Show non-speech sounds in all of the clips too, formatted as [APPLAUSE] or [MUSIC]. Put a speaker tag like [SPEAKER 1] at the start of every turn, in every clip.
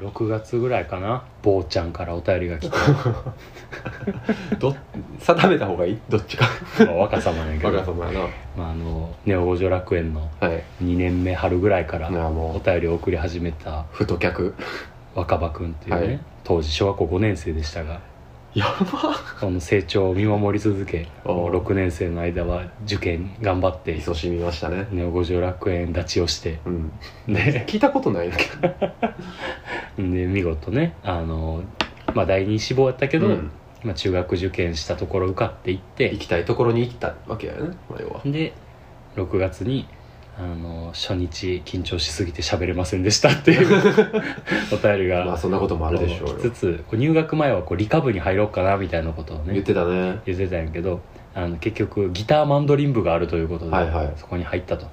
[SPEAKER 1] 6月ぐらいかな坊ちゃんからお便りが来
[SPEAKER 2] [LAUGHS]
[SPEAKER 1] て
[SPEAKER 2] ど定めた方がいいどっちか
[SPEAKER 1] まあ若さまやけ
[SPEAKER 2] [LAUGHS] 若
[SPEAKER 1] ど、
[SPEAKER 2] 様や
[SPEAKER 1] まあ、あのネオ五条楽園の
[SPEAKER 2] なはい
[SPEAKER 1] 2年目春ぐらいから
[SPEAKER 2] なあ
[SPEAKER 1] お
[SPEAKER 2] も
[SPEAKER 1] 便りを送り始めた
[SPEAKER 2] う太客
[SPEAKER 1] 若葉くんっていうね、
[SPEAKER 2] はい
[SPEAKER 1] 当時小学校5年生でしたが
[SPEAKER 2] やば
[SPEAKER 1] その成長を見守り続け
[SPEAKER 2] おう
[SPEAKER 1] もう6年生の間は受験頑張って
[SPEAKER 2] 勤しみましたね
[SPEAKER 1] ネオ五条楽園立ちをして
[SPEAKER 2] うん
[SPEAKER 1] で
[SPEAKER 2] 聞いたことないんだけど
[SPEAKER 1] で見事ねあの、まあ、第二志望やったけど、
[SPEAKER 2] うん
[SPEAKER 1] まあ、中学受験したところ受かっていって
[SPEAKER 2] 行きたいところに行ったわけやね、まあ、要は
[SPEAKER 1] で6月にあの初日緊張しすぎて喋れませんでしたっていう
[SPEAKER 2] [LAUGHS]
[SPEAKER 1] お便りが、
[SPEAKER 2] まあそんなこともあるでしょう
[SPEAKER 1] こう来つ
[SPEAKER 2] よ
[SPEAKER 1] つこう入学前はこう理科部に入ろうかなみたいなことを
[SPEAKER 2] 言っ
[SPEAKER 1] ね
[SPEAKER 2] てたね
[SPEAKER 1] 言ってたんやけどあの結局ギターマンドリン部があるということで、
[SPEAKER 2] はいはい
[SPEAKER 1] そこに入ったと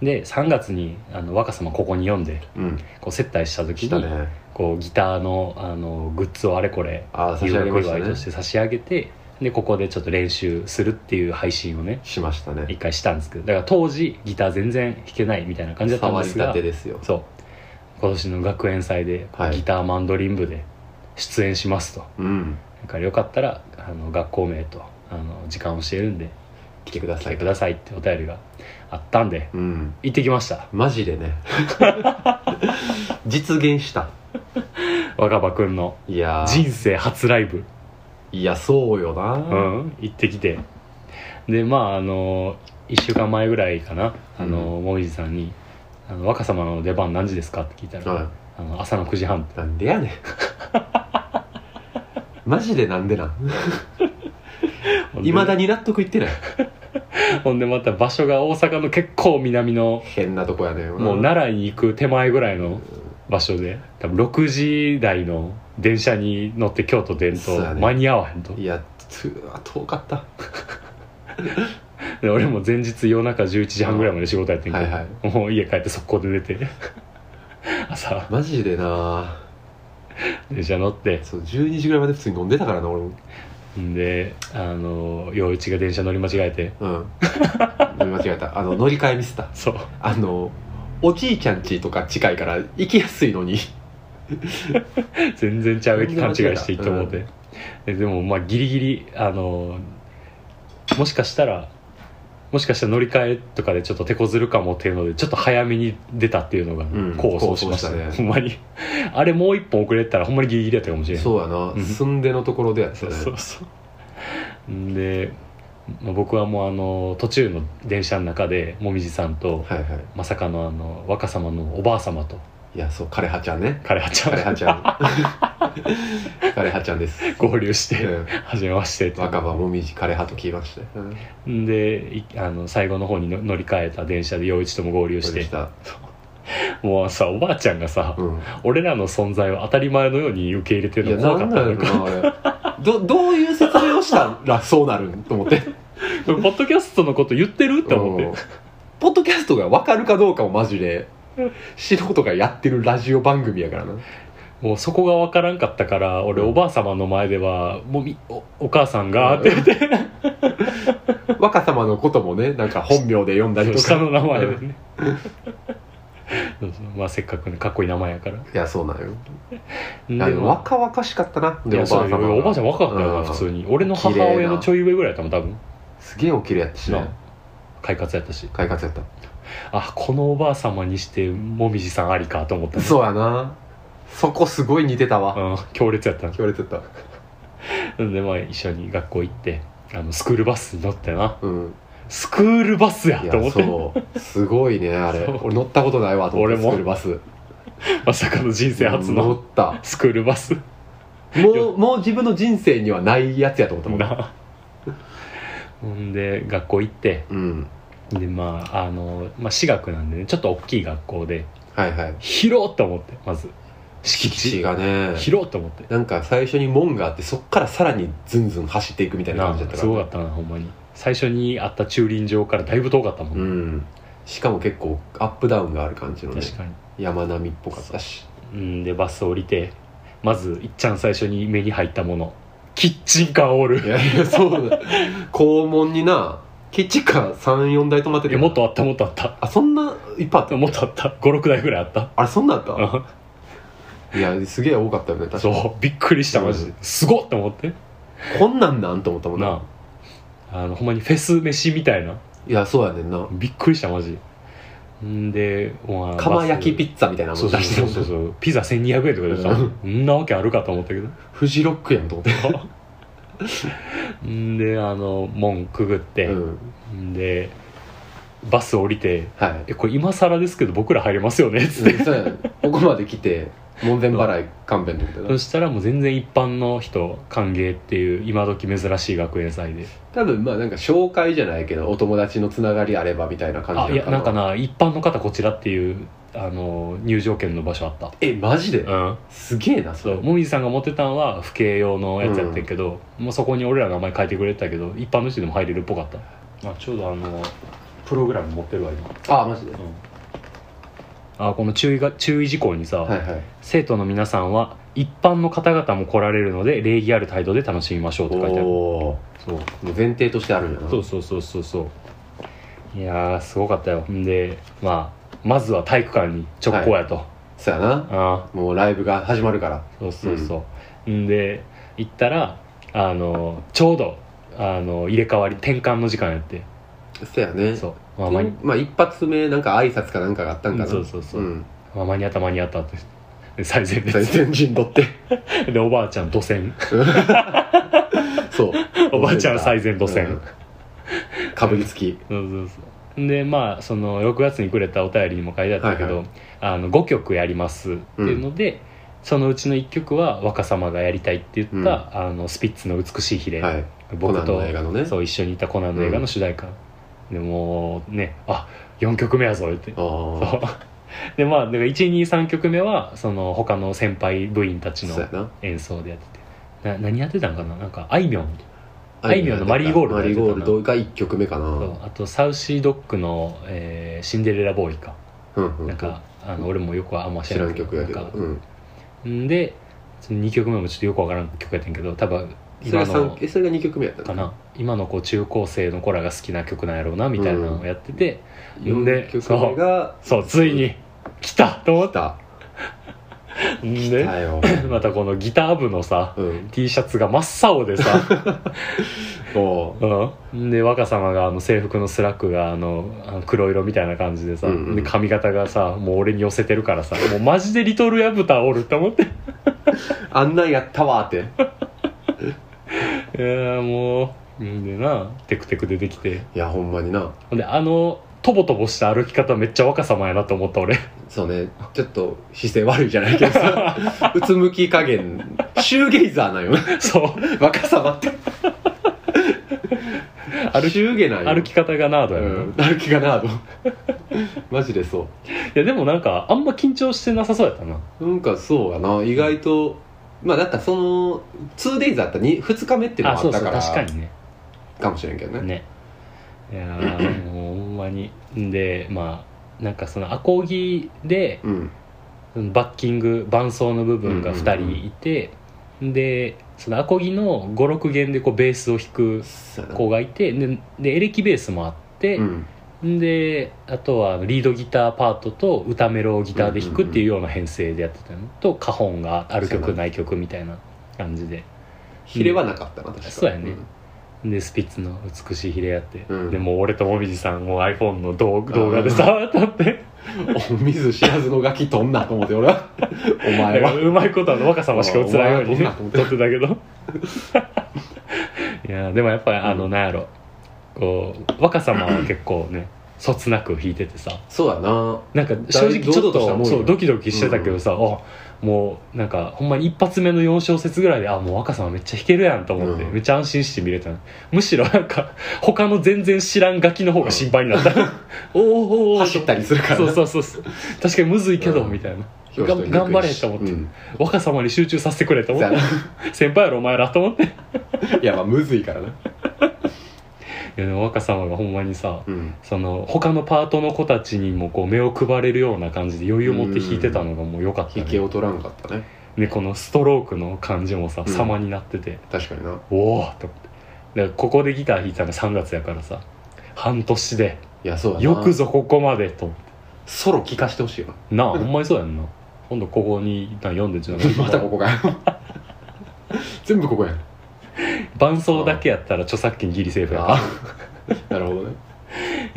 [SPEAKER 1] で3月にあの若様ここに読んで
[SPEAKER 2] うん
[SPEAKER 1] こう接待した時
[SPEAKER 2] 来た
[SPEAKER 1] に
[SPEAKER 2] ね
[SPEAKER 1] こうギターのあのグッズをあれこれ
[SPEAKER 2] ああ差し
[SPEAKER 1] 入
[SPEAKER 2] 上げ
[SPEAKER 1] 学
[SPEAKER 2] まし
[SPEAKER 1] 祝
[SPEAKER 2] た
[SPEAKER 1] いと
[SPEAKER 2] ね
[SPEAKER 1] して差し上げてでここでちょっと練習するっていう配信をね
[SPEAKER 2] しましたね
[SPEAKER 1] 一回したんですけどだから当時ギター全然弾けないみたいな感じだったんで
[SPEAKER 2] 触り
[SPEAKER 1] すが
[SPEAKER 2] たてですよ
[SPEAKER 1] そう今年の学園祭で
[SPEAKER 2] はい
[SPEAKER 1] ギターマンドリン部で出演しますと、
[SPEAKER 2] うん
[SPEAKER 1] だからよかったらあの学校名とあの時間を教えるんで
[SPEAKER 2] 来てくだ
[SPEAKER 1] 来
[SPEAKER 2] さ
[SPEAKER 1] て
[SPEAKER 2] い
[SPEAKER 1] くださいってお便りがあったんで
[SPEAKER 2] うん
[SPEAKER 1] 行ってきました
[SPEAKER 2] マジで [LAUGHS] ね実現した
[SPEAKER 1] 若葉くんの
[SPEAKER 2] いやー
[SPEAKER 1] 人生初ライブ
[SPEAKER 2] いやそうよな、
[SPEAKER 1] うん、行ってきてでまああの1週間前ぐらいかなあの、もみじさんに「あの若様の出番何時ですか?」って聞いたら、
[SPEAKER 2] は
[SPEAKER 1] あの朝の9時半って
[SPEAKER 2] い、なんでやねんマジでなんでなん
[SPEAKER 1] ほんで
[SPEAKER 2] いまだに納得いってない
[SPEAKER 1] ほんでまた場所が大阪の結構南の
[SPEAKER 2] 変なとこやね
[SPEAKER 1] もう奈良に行く手前ぐらいの場所で多分6時台の電車に乗って京都出ん
[SPEAKER 2] そうや
[SPEAKER 1] と
[SPEAKER 2] ね
[SPEAKER 1] 間に合わへんと、
[SPEAKER 2] いやつうわ遠かった
[SPEAKER 1] で俺も前日夜中11時半ぐらいまで仕事やってんけど、
[SPEAKER 2] はいはい
[SPEAKER 1] もう家帰って速攻で出て朝
[SPEAKER 2] マジでな
[SPEAKER 1] 電車乗って
[SPEAKER 2] そう12時ぐらいまで普通に飲んでたからな俺も
[SPEAKER 1] んであの陽一が電車乗り間違えて
[SPEAKER 2] うん飲み間違えたあの乗り換えミスった
[SPEAKER 1] そう
[SPEAKER 2] あのおじいちゃんちとか近いから行きやすいのに
[SPEAKER 1] 全然ちゃう駅
[SPEAKER 2] 乗
[SPEAKER 1] 勘
[SPEAKER 2] り
[SPEAKER 1] 違い
[SPEAKER 2] 間違えた
[SPEAKER 1] していって思うて、ででもまあギリギリあのもしかしたらもしかしたら乗り換えとかでちょっと手こずるかもっていうのでちょっと早めに出たっていうのが
[SPEAKER 2] ん
[SPEAKER 1] 功を奏しました,、
[SPEAKER 2] 功を奏したね
[SPEAKER 1] ほんまにあれもう一本遅れてたらほんまにギリギリだったかもしれない
[SPEAKER 2] そうやな、
[SPEAKER 1] ん
[SPEAKER 2] 住んでのところでやった
[SPEAKER 1] そ
[SPEAKER 2] ね
[SPEAKER 1] うそうそううんで、まあ僕はもうあの途中の電車の中でもみじさんと
[SPEAKER 2] はいはい
[SPEAKER 1] まさかのあの若様のおばあ様と
[SPEAKER 2] いやそう枯葉ちゃんね
[SPEAKER 1] 彼はちゃん
[SPEAKER 2] 枯葉ちゃん枯葉ちゃんです、
[SPEAKER 1] 合流し
[SPEAKER 2] う
[SPEAKER 1] て
[SPEAKER 2] ん、
[SPEAKER 1] 「初めまして」って
[SPEAKER 2] 若葉もみじ枯葉と聞きましたね、うん、
[SPEAKER 1] でいあの最後の方にの乗り換えた電車で陽一とも合流し
[SPEAKER 2] そうで
[SPEAKER 1] て
[SPEAKER 2] した、
[SPEAKER 1] もうさおばあちゃんがさ、
[SPEAKER 2] うん、
[SPEAKER 1] 俺らの存在を当たり前のように受け入れて
[SPEAKER 2] い
[SPEAKER 1] る
[SPEAKER 2] や
[SPEAKER 1] の怖
[SPEAKER 2] な
[SPEAKER 1] か
[SPEAKER 2] ん
[SPEAKER 1] っ
[SPEAKER 2] な
[SPEAKER 1] た
[SPEAKER 2] んやろなあれど [LAUGHS] どういう説明をしたらそうなるんと思って
[SPEAKER 1] これ [LAUGHS] ポッドキャストのこと言ってるって思って
[SPEAKER 2] うんポッドキャストが分かるかどうかをマジで素人がやってるラジオ番組やからな
[SPEAKER 1] もうそこが分からんかったから俺
[SPEAKER 2] うん
[SPEAKER 1] おばあ様の前では「もうみおお母さんが」って言って
[SPEAKER 2] 若様のこともねなんか本名で読んだりと
[SPEAKER 1] 下
[SPEAKER 2] か
[SPEAKER 1] の名前でねそうそうまあせっかくねかっこいい名前やから
[SPEAKER 2] いやそうなんよ
[SPEAKER 1] で
[SPEAKER 2] いやでも
[SPEAKER 1] まあ
[SPEAKER 2] 若々しかったなで
[SPEAKER 1] いやそう
[SPEAKER 2] が
[SPEAKER 1] よおばあちゃん若かったよ
[SPEAKER 2] う
[SPEAKER 1] なん普通に俺の母親のちょい上ぐらいやったもん多分
[SPEAKER 2] すげえ起きるやったしね
[SPEAKER 1] な快活やったし
[SPEAKER 2] 快活やった
[SPEAKER 1] あこのおばあ様にしてもみじさんありかと思ったね
[SPEAKER 2] そうやなそこすごい似てたわ
[SPEAKER 1] うん、強烈やった
[SPEAKER 2] 言われてた
[SPEAKER 1] なんでまあ一緒に学校行ってあのスクールバスに乗ってな
[SPEAKER 2] うん
[SPEAKER 1] スクールバスや
[SPEAKER 2] い
[SPEAKER 1] と思
[SPEAKER 2] や
[SPEAKER 1] って
[SPEAKER 2] そうすごいねあれ
[SPEAKER 1] そう
[SPEAKER 2] 俺乗ったことないわと思って
[SPEAKER 1] 俺も
[SPEAKER 2] 作るバス
[SPEAKER 1] まさかの人生初
[SPEAKER 2] 乗
[SPEAKER 1] の
[SPEAKER 2] った
[SPEAKER 1] スクールバス
[SPEAKER 2] もうもう自分の人生にはないやつやと思ったもん
[SPEAKER 1] なほんで学校行って
[SPEAKER 2] うん
[SPEAKER 1] でまああの、まあ、私学なんでねちょっと大きい学校で
[SPEAKER 2] はいはい
[SPEAKER 1] 広っと思ってまず敷
[SPEAKER 2] 基地
[SPEAKER 1] 地
[SPEAKER 2] がね
[SPEAKER 1] 広っと思って
[SPEAKER 2] なんか最初に門があってそっからさらにズンズン走っていくみたいな
[SPEAKER 1] な
[SPEAKER 2] 感じだった
[SPEAKER 1] すごかったなほんまに最初にあった駐輪場からだいぶ遠かったもん、
[SPEAKER 2] うんしかも結構アップダウンがある感じのね
[SPEAKER 1] 確かに
[SPEAKER 2] 山並みっぽかったし
[SPEAKER 1] うん、でバス降りてまずいっちゃん最初に目に入ったものキッチンカーオー
[SPEAKER 2] い
[SPEAKER 1] ル
[SPEAKER 2] やいやそうだ校門になキッチンカー34台止まって
[SPEAKER 1] い
[SPEAKER 2] て
[SPEAKER 1] やもっとあったもっとあった
[SPEAKER 2] あそんないっぱいあった
[SPEAKER 1] もっとあった56台ぐらいあった
[SPEAKER 2] あれそんなんあった
[SPEAKER 1] うん
[SPEAKER 2] いやすげえ多かったよね確かに
[SPEAKER 1] そうびっくりしたマジで、すごっと思って
[SPEAKER 2] こんなんなんと思ったもんな
[SPEAKER 1] なああのほんまにフェス飯みたいない
[SPEAKER 2] やそうやねんな
[SPEAKER 1] びっくりしたマジんでまあ
[SPEAKER 2] 釜焼きピ
[SPEAKER 1] ッ
[SPEAKER 2] ッツァみたいな
[SPEAKER 1] そ
[SPEAKER 2] も
[SPEAKER 1] うんそ
[SPEAKER 2] 出
[SPEAKER 1] う
[SPEAKER 2] し
[SPEAKER 1] そ
[SPEAKER 2] てる
[SPEAKER 1] うそうそうピザ1200円とかでさ
[SPEAKER 2] う
[SPEAKER 1] そんなわけあるかと思った [LAUGHS] けど
[SPEAKER 2] フジロックやんと思っ
[SPEAKER 1] んであの門くぐってて、
[SPEAKER 2] うん
[SPEAKER 1] んでバス降りて
[SPEAKER 2] はい
[SPEAKER 1] 「えこれ今更ですけど僕ら入れますよね」っつって、
[SPEAKER 2] うんそうやねんここまで来て門前払い勘弁と思って
[SPEAKER 1] そ
[SPEAKER 2] な
[SPEAKER 1] したらもう全然一般の人歓迎っていう今時珍しい学園祭で
[SPEAKER 2] 多分まあなんか紹介じゃないけどお友達のつながりあればみたいな感
[SPEAKER 1] あい
[SPEAKER 2] じや
[SPEAKER 1] やなんかな一般の方こちらっていうあの入場券の場所あった
[SPEAKER 2] えマジで
[SPEAKER 1] うん
[SPEAKER 2] すげえなそ
[SPEAKER 1] そう
[SPEAKER 2] れ
[SPEAKER 1] もみじさんが持ってたんは父兄用のやつやってんけど、もうそこに俺らの名前書いてくれてたけど一般の人でも入れるっぽかったあちょうどあのプログラム持ってるわ今、
[SPEAKER 2] あマジで
[SPEAKER 1] うんあこの注意が注意事項にさ、
[SPEAKER 2] はいはい
[SPEAKER 1] 生徒の皆さんは一般の方々も来られるので礼儀ある態度で楽しみましょうって書いてある
[SPEAKER 2] おお
[SPEAKER 1] そう
[SPEAKER 2] 前提としてあるんやな
[SPEAKER 1] そうそうそうそうそういやーすごかったよほんでまあまずは体育館に直行やと、
[SPEAKER 2] そうやな
[SPEAKER 1] ああ
[SPEAKER 2] もうライブが始まるから
[SPEAKER 1] そうそうそう、ん、で行ったらあのちょうどあの入れ替わり転換の時間やって
[SPEAKER 2] そうやね
[SPEAKER 1] そう
[SPEAKER 2] ま
[SPEAKER 1] まあ間
[SPEAKER 2] あ、
[SPEAKER 1] に
[SPEAKER 2] まあ、一発目なんか挨拶かなんかがあったんかな、、
[SPEAKER 1] うんそうそうそうんまあ間に合った間に合ったってで [LAUGHS] 最前
[SPEAKER 2] 最
[SPEAKER 1] 列
[SPEAKER 2] 先陣取って
[SPEAKER 1] でおばあちゃん土線
[SPEAKER 2] そう
[SPEAKER 1] [LAUGHS] おばあちゃん最前路線
[SPEAKER 2] うんかぶりつき
[SPEAKER 1] そうそうそうでまあその6月にくれたお便りにも書いてあったけど、
[SPEAKER 2] はいは
[SPEAKER 1] あの5曲やりますっていうので、そのうちの1曲は若様がやりたいって言った、
[SPEAKER 2] うん
[SPEAKER 1] あのスピッツの「美しい日で」
[SPEAKER 2] はいコ
[SPEAKER 1] 僕
[SPEAKER 2] ナン
[SPEAKER 1] と、
[SPEAKER 2] の映画のね
[SPEAKER 1] そう一緒にいたコナンの映画の主題歌、でもうねあ4曲目やぞ言って [LAUGHS]
[SPEAKER 2] あ
[SPEAKER 1] そうでまあ123曲目はその他の先輩部員た
[SPEAKER 2] あ
[SPEAKER 1] ちの
[SPEAKER 2] そうやな
[SPEAKER 1] 演奏でやっててな何やってたんかななんかあいみょんあいみょんのマリーゴールド
[SPEAKER 2] マリーゴールドが1曲目かな
[SPEAKER 1] とあとサウシードッグの、えーシンデレラボーイ」か
[SPEAKER 2] うんうん
[SPEAKER 1] なんかあの俺もよくはあんま知
[SPEAKER 2] 知
[SPEAKER 1] ら
[SPEAKER 2] ら
[SPEAKER 1] ん
[SPEAKER 2] ん曲やけ
[SPEAKER 1] な
[SPEAKER 2] ど
[SPEAKER 1] んか
[SPEAKER 2] うん
[SPEAKER 1] んでその2曲目もちょっとよくわからん曲やってんけど多分
[SPEAKER 2] そ
[SPEAKER 1] 今
[SPEAKER 2] れが三
[SPEAKER 1] の
[SPEAKER 2] えそれが2曲目やったの
[SPEAKER 1] かな今のこう中高生の子らが好きな曲なんやろうなみたいなのをやってて、
[SPEAKER 2] 4曲目が
[SPEAKER 1] そうついに来たと思
[SPEAKER 2] 来
[SPEAKER 1] った
[SPEAKER 2] た
[SPEAKER 1] ん
[SPEAKER 2] 来
[SPEAKER 1] で
[SPEAKER 2] たよ
[SPEAKER 1] またこのギター部のさ
[SPEAKER 2] うん
[SPEAKER 1] T シャツが真っ青で
[SPEAKER 2] [LAUGHS]
[SPEAKER 1] さ、
[SPEAKER 2] おう
[SPEAKER 1] うん、で若様があの制服のスラックがあのあの黒色みたいな感じでさ、
[SPEAKER 2] うんうん
[SPEAKER 1] で髪型がさもう俺に寄せてるからさもうマジでリトルヤブタおると思って
[SPEAKER 2] あんなんやったわーって
[SPEAKER 1] いやーもうんでなテクテク出てきて
[SPEAKER 2] いやほんまにな
[SPEAKER 1] ほんであのとぼとぼした歩き方めっちゃ若様やなと思った俺 [LAUGHS]
[SPEAKER 2] そうねちょっと姿勢悪いじゃないけどさ
[SPEAKER 1] [LAUGHS]
[SPEAKER 2] うつむき加減シューゲイザーなんよ
[SPEAKER 1] そう
[SPEAKER 2] [LAUGHS] 若さまって
[SPEAKER 1] [LAUGHS] 歩き
[SPEAKER 2] シューゲなんよ
[SPEAKER 1] 歩き方がナード
[SPEAKER 2] う
[SPEAKER 1] やな、い
[SPEAKER 2] ん歩きがなと [LAUGHS] マジでそ
[SPEAKER 1] やでもなんかあんま緊張してなさそうやったな
[SPEAKER 2] うなんかそうやな意外とまあだったらその 2days だったら 2, 2日目っていうの
[SPEAKER 1] あ
[SPEAKER 2] もあ
[SPEAKER 1] そ
[SPEAKER 2] っ
[SPEAKER 1] うそ
[SPEAKER 2] た
[SPEAKER 1] う
[SPEAKER 2] から
[SPEAKER 1] 確かにね
[SPEAKER 2] かもしれんけどね
[SPEAKER 1] ねいやーもうほんまにんでまあなんかそのアコギで
[SPEAKER 2] うん
[SPEAKER 1] バッキング伴奏の部分が2人いて、でそのアコギの56弦でこうベースを弾く
[SPEAKER 2] そうやな
[SPEAKER 1] 子がいてででエレキベースもあって、
[SPEAKER 2] うん
[SPEAKER 1] であとはリードギターパートと歌メロをギターで弾くっていうような編成でやってたのとカホンがある
[SPEAKER 2] そう
[SPEAKER 1] 曲
[SPEAKER 2] やな
[SPEAKER 1] ない曲みたいな感じで
[SPEAKER 2] ヒレはなかったな確か
[SPEAKER 1] そうやねでスピッツの「美しいヒレ」やって、
[SPEAKER 2] うん
[SPEAKER 1] でもう俺ともみじさんも iPhone の動動画でさ撮って
[SPEAKER 2] うんお水知らずのガキとんなと思って
[SPEAKER 1] [LAUGHS]
[SPEAKER 2] 俺はお前は
[SPEAKER 1] うまいことあの若さましか映らんようにね撮ってたけど [LAUGHS] いやでもやっぱりあの
[SPEAKER 2] うん
[SPEAKER 1] なんやろこう若さまは結構ねそつなく弾いててさ
[SPEAKER 2] そうやな
[SPEAKER 1] なんか正直ちょっ
[SPEAKER 2] 堂々としたも
[SPEAKER 1] と
[SPEAKER 2] んよ
[SPEAKER 1] そうドキドキしてたけどさ、あもうなんかほんまに一発目の4小節ぐらいであもう若さまめっちゃ弾けるやんと思って、
[SPEAKER 2] うん
[SPEAKER 1] めっちゃ安心して見れたのむしろなんか他の全然知らんガキの方が心配に
[SPEAKER 2] [LAUGHS]
[SPEAKER 1] なった、おーおーおー
[SPEAKER 2] 走ったりするから
[SPEAKER 1] そう
[SPEAKER 2] な
[SPEAKER 1] そうそうそう確かにむずいけど、
[SPEAKER 2] うん
[SPEAKER 1] みたいな
[SPEAKER 2] 表彰に
[SPEAKER 1] がん頑張
[SPEAKER 2] 行く
[SPEAKER 1] れ
[SPEAKER 2] し
[SPEAKER 1] と思って
[SPEAKER 2] うん
[SPEAKER 1] 若さまに集中させてくれと
[SPEAKER 2] そう
[SPEAKER 1] 思っ
[SPEAKER 2] や
[SPEAKER 1] て
[SPEAKER 2] な
[SPEAKER 1] 先輩やろお前らと思ってい
[SPEAKER 2] いやまあむずいからな
[SPEAKER 1] やでも若さまがほんまにさ
[SPEAKER 2] うん
[SPEAKER 1] その他のパートの子たちにもこう目を配れるような感じで余裕を持って弾いてたのがもう良かった、
[SPEAKER 2] 引け
[SPEAKER 1] ね、
[SPEAKER 2] を取らんかったね
[SPEAKER 1] でこのストロークの感じもさ
[SPEAKER 2] うん
[SPEAKER 1] 様になってて、
[SPEAKER 2] 確かにな
[SPEAKER 1] おおと思ってだからここでギター弾いたの3月やからさ半年で
[SPEAKER 2] いやそうやな
[SPEAKER 1] よくぞここまでと思って [LAUGHS]
[SPEAKER 2] ソロ聴かしてほしいよな
[SPEAKER 1] なあほんまにそうやんな今度ここに一旦読んでちょっ
[SPEAKER 2] またここが [LAUGHS] 全部ここや
[SPEAKER 1] 伴奏だけやったら著作権ギリセーフや
[SPEAKER 2] あ
[SPEAKER 1] か
[SPEAKER 2] ー [LAUGHS] なるほどね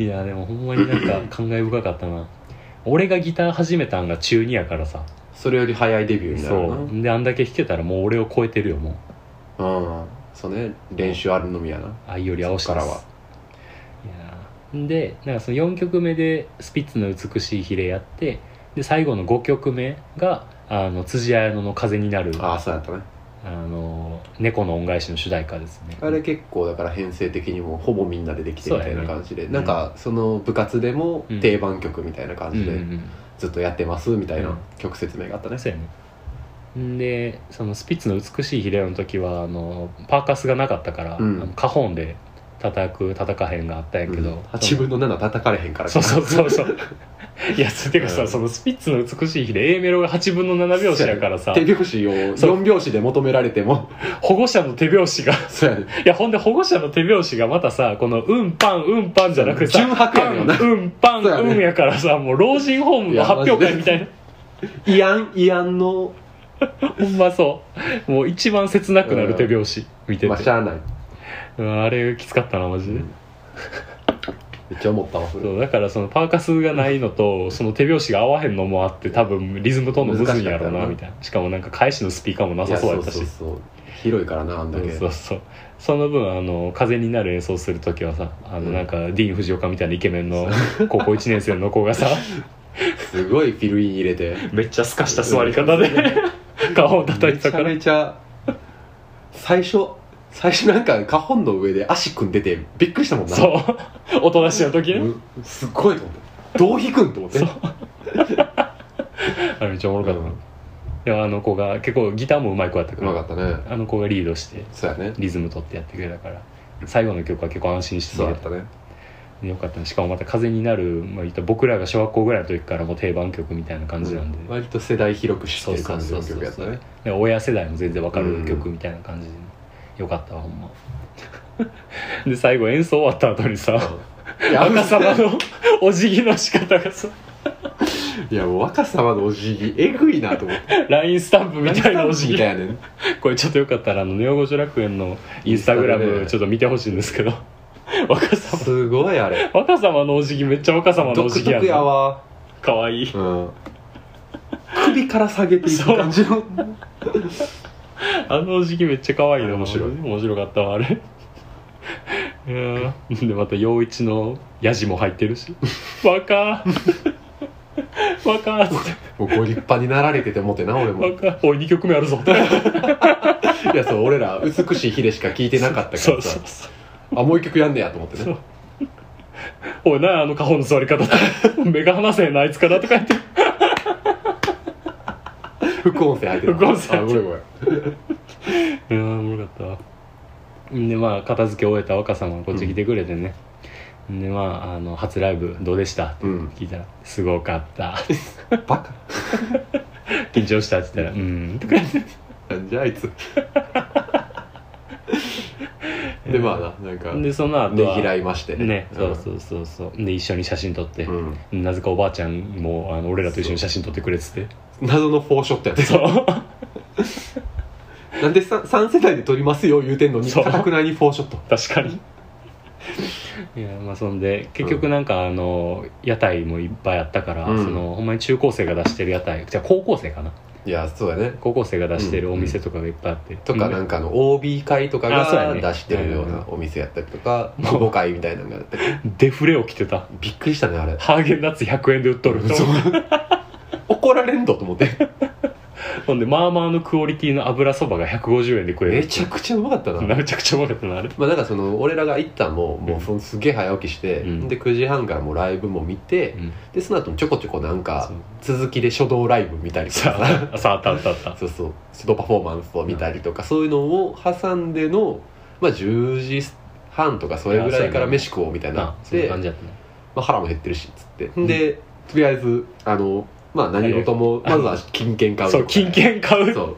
[SPEAKER 1] [LAUGHS] らいやでもほんまになんか感慨深かったな俺がギター始めたんが中2やからさ
[SPEAKER 2] それより早いデビューになるな
[SPEAKER 1] そうであんだけ弾けたらもう俺を超えてるよもう
[SPEAKER 2] うんそうね練習あるのみやな
[SPEAKER 1] 愛より青し
[SPEAKER 2] そっ
[SPEAKER 1] か
[SPEAKER 2] からら
[SPEAKER 1] は
[SPEAKER 2] は
[SPEAKER 1] でなんかその4曲目で「スピッツの美しい比例」やってで最後の5曲目があの辻彩乃の「風になる」
[SPEAKER 2] ああそうやったね
[SPEAKER 1] あの猫の恩返しの主題歌ですね
[SPEAKER 2] あれ結構だから編成的にもほぼみんなでできてみたいな感じで、
[SPEAKER 1] ね
[SPEAKER 2] なんかその部活でも定番曲みたいな感
[SPEAKER 1] うん
[SPEAKER 2] じ
[SPEAKER 1] うんう
[SPEAKER 2] で
[SPEAKER 1] ん
[SPEAKER 2] ずっとやってますみた
[SPEAKER 1] う
[SPEAKER 2] い
[SPEAKER 1] ん
[SPEAKER 2] な曲説明があったね、
[SPEAKER 1] そうやねんでそのスピッツの美しい比例の時はあのパーカスがなかったから、
[SPEAKER 2] うん
[SPEAKER 1] あのカホンで叩く叩かへんがあったんやけど、
[SPEAKER 2] 8分の7叩かれへんから
[SPEAKER 1] そう
[SPEAKER 2] [LAUGHS]
[SPEAKER 1] そうそうそういやてかさ、
[SPEAKER 2] うん
[SPEAKER 1] そのスピッツの美しい日で A メロが8分の7拍子やからさ
[SPEAKER 2] 手拍子を
[SPEAKER 1] そう
[SPEAKER 2] 4拍子で求められても [LAUGHS]
[SPEAKER 1] 保護者の手拍子が [LAUGHS]
[SPEAKER 2] そうやね
[SPEAKER 1] いやほんで保護者の手拍子がまたさこの「うんパンうんパン」じゃなくてさ
[SPEAKER 2] 純白やねんな
[SPEAKER 1] パンうんパン
[SPEAKER 2] そうやね
[SPEAKER 1] うん」やからさもう老人ホームの発表会みたいな
[SPEAKER 2] 慰安慰安の
[SPEAKER 1] ほんまそうもう一番切なくなる手拍子見て、
[SPEAKER 2] まあしてゃあない
[SPEAKER 1] うんあれきつかったなマ
[SPEAKER 2] [LAUGHS]
[SPEAKER 1] ジで、
[SPEAKER 2] めっちゃ思ったわそれ
[SPEAKER 1] そうだからそのパーカスがないのとその手拍子が合わへんのもあって多分リズムとんのむずいんやろうなみたいなしかもなんか返しのスピーカーもないさ
[SPEAKER 2] や
[SPEAKER 1] そう
[SPEAKER 2] そ
[SPEAKER 1] や
[SPEAKER 2] う
[SPEAKER 1] った
[SPEAKER 2] そ
[SPEAKER 1] し
[SPEAKER 2] うそう広いからなあんだけ
[SPEAKER 1] そうそうその分あの風になる演奏する時はさあ
[SPEAKER 2] う
[SPEAKER 1] の
[SPEAKER 2] ん
[SPEAKER 1] なんかディーン・フジオカみたいなイケメンの高校1年生の子がさ
[SPEAKER 2] [LAUGHS] すごいフィルイン入れて
[SPEAKER 1] めっちゃすかした座り方で顔を叩い
[SPEAKER 2] め
[SPEAKER 1] てた
[SPEAKER 2] ち
[SPEAKER 1] か
[SPEAKER 2] ゃ
[SPEAKER 1] ら
[SPEAKER 2] めちゃ最初最初なんか花本の上で足組んでてびっくりしたもんな
[SPEAKER 1] そうおとなしいの時ね
[SPEAKER 2] うんすっごいと思ってどう弾くんと思って
[SPEAKER 1] そうあれめっちゃおもろかったな、
[SPEAKER 2] うん
[SPEAKER 1] でもあの子が結構ギターもうまい子やった
[SPEAKER 2] う
[SPEAKER 1] か
[SPEAKER 2] まからったね
[SPEAKER 1] あの子がリードして
[SPEAKER 2] そうやね
[SPEAKER 1] リズム取ってやってくれたから最後の曲は結構安心して
[SPEAKER 2] そう
[SPEAKER 1] 見
[SPEAKER 2] や
[SPEAKER 1] れ
[SPEAKER 2] ったね
[SPEAKER 1] てよかったねしかもまた風になる、まあ、言ったら僕らが小学校ぐらいの時からもう定番曲みたいな感じなんで、
[SPEAKER 2] 割と世代広く知ってる感じの
[SPEAKER 1] そうそう
[SPEAKER 2] 曲
[SPEAKER 1] そ
[SPEAKER 2] や
[SPEAKER 1] うそう
[SPEAKER 2] ったね
[SPEAKER 1] で親世代も全然わか
[SPEAKER 2] う
[SPEAKER 1] る
[SPEAKER 2] ん
[SPEAKER 1] 曲みたいな感じで、よかったわほんま [LAUGHS] で最後演奏終わった後にさ
[SPEAKER 2] [LAUGHS] いや
[SPEAKER 1] 若様の [LAUGHS] お辞儀の仕方がさ
[SPEAKER 2] いやもう若様のお辞儀えぐいなと思って
[SPEAKER 1] LINE スタンプみたいなお辞
[SPEAKER 2] み
[SPEAKER 1] 儀
[SPEAKER 2] たいなね
[SPEAKER 1] これちょっとよかったらあのネオ五条楽園のインスタグラ
[SPEAKER 2] インスタグラ
[SPEAKER 1] ム
[SPEAKER 2] ム
[SPEAKER 1] ちょっと見てほしいんですけど [LAUGHS] 若様
[SPEAKER 2] すごいあれ
[SPEAKER 1] 若様のお辞儀めっちゃ若様のお
[SPEAKER 2] 独
[SPEAKER 1] 辞儀や
[SPEAKER 2] 特
[SPEAKER 1] ん
[SPEAKER 2] やわ
[SPEAKER 1] かわいい
[SPEAKER 2] うん首から下げていく感じの
[SPEAKER 1] あのお辞儀めっちゃ可愛いな
[SPEAKER 2] あれ面白い
[SPEAKER 1] 面白かったわあれいやーでまた陽一のヤジも入ってる [LAUGHS] し「若ー若ー」っつって
[SPEAKER 2] もうご立派になられてて思ってな
[SPEAKER 1] 「
[SPEAKER 2] 俺 [LAUGHS] もい
[SPEAKER 1] 若ーおい2曲目あるぞ」って
[SPEAKER 2] やそう俺ら美しい日でしか聞いてなかったか
[SPEAKER 1] そう
[SPEAKER 2] ら
[SPEAKER 1] そ
[SPEAKER 2] さ
[SPEAKER 1] うそう
[SPEAKER 2] あもう一曲やんねやと思って
[SPEAKER 1] そう
[SPEAKER 2] ね
[SPEAKER 1] [LAUGHS] おいなあのカホンの座り方 [LAUGHS] って目が離せへんなあいつからとか言って
[SPEAKER 2] 副音声入ってた
[SPEAKER 1] 副音声
[SPEAKER 2] あごめんご
[SPEAKER 1] い
[SPEAKER 2] めん
[SPEAKER 1] やーおもろかったわんでまあ片付け終えた若様がこっち来てくれてね、んでまああの初ライブどうでしたって
[SPEAKER 2] うん
[SPEAKER 1] 聞いたら「すごかった」 [LAUGHS]
[SPEAKER 2] バカ
[SPEAKER 1] 緊張したって言ったら「うん」とか言って
[SPEAKER 2] なんじゃあい [LAUGHS] つでまあななんか
[SPEAKER 1] でその後
[SPEAKER 2] ね
[SPEAKER 1] は
[SPEAKER 2] ぎらいまして
[SPEAKER 1] ねそう
[SPEAKER 2] う
[SPEAKER 1] そうそうそうで一緒に写真撮って、
[SPEAKER 2] ん、うん
[SPEAKER 1] なぜかおばあちゃんもあの俺らと一緒に写真撮ってくれっつって
[SPEAKER 2] 謎のフォーショットやって
[SPEAKER 1] そう [LAUGHS]
[SPEAKER 2] なんで 3, 三世代で撮りますよ言うてんのに
[SPEAKER 1] そう
[SPEAKER 2] かたくなにフォーショット
[SPEAKER 1] 確かにいやまあそんで結局なんかあの屋台もいっぱいあったから、
[SPEAKER 2] うん
[SPEAKER 1] そのほんまに中高生が出してる屋台じゃあ高校生かない
[SPEAKER 2] やそうだね
[SPEAKER 1] 高校生が出してるお店とかがいっぱいあって、
[SPEAKER 2] とかなんかの OB 会とか
[SPEAKER 1] あそうや
[SPEAKER 2] が
[SPEAKER 1] ね
[SPEAKER 2] 出してるようなお店やったりとか
[SPEAKER 1] うん
[SPEAKER 2] 保護会みたいなのがあったり
[SPEAKER 1] デフレを着てた
[SPEAKER 2] びっくりしたねあれ
[SPEAKER 1] ハーゲンダッツ100円で売っとる
[SPEAKER 2] [LAUGHS] そう怒られんどと思って
[SPEAKER 1] ほんでまあまあのクオリティの油そばが150円で食える
[SPEAKER 2] めちゃくちゃうまかったな
[SPEAKER 1] [LAUGHS] めちゃくちゃうまかったなあれ
[SPEAKER 2] まあなんかその俺らが行ったんももうそのすげえ早起きして、
[SPEAKER 1] うん
[SPEAKER 2] で9時半からもうライブも見て、
[SPEAKER 1] うん
[SPEAKER 2] でその後ちょこちょこなんか
[SPEAKER 1] そう
[SPEAKER 2] 続きで書道ライブ見たりと
[SPEAKER 1] [LAUGHS]
[SPEAKER 2] か
[SPEAKER 1] さ
[SPEAKER 2] さ
[SPEAKER 1] あさああったあったあった
[SPEAKER 2] [LAUGHS] そうそう書道パフォーマンスを見たりとか、そういうのを挟んでの、まあ、10時半とかそれぐらいから飯食おうみたいにな
[SPEAKER 1] な
[SPEAKER 2] っ
[SPEAKER 1] そうい
[SPEAKER 2] て
[SPEAKER 1] う感じやったね
[SPEAKER 2] まあ、腹も減ってるしっつって、
[SPEAKER 1] ん
[SPEAKER 2] でとりあえずあのまあ何事も
[SPEAKER 1] あれ
[SPEAKER 2] まずは金券買う
[SPEAKER 1] そう金券買う
[SPEAKER 2] そ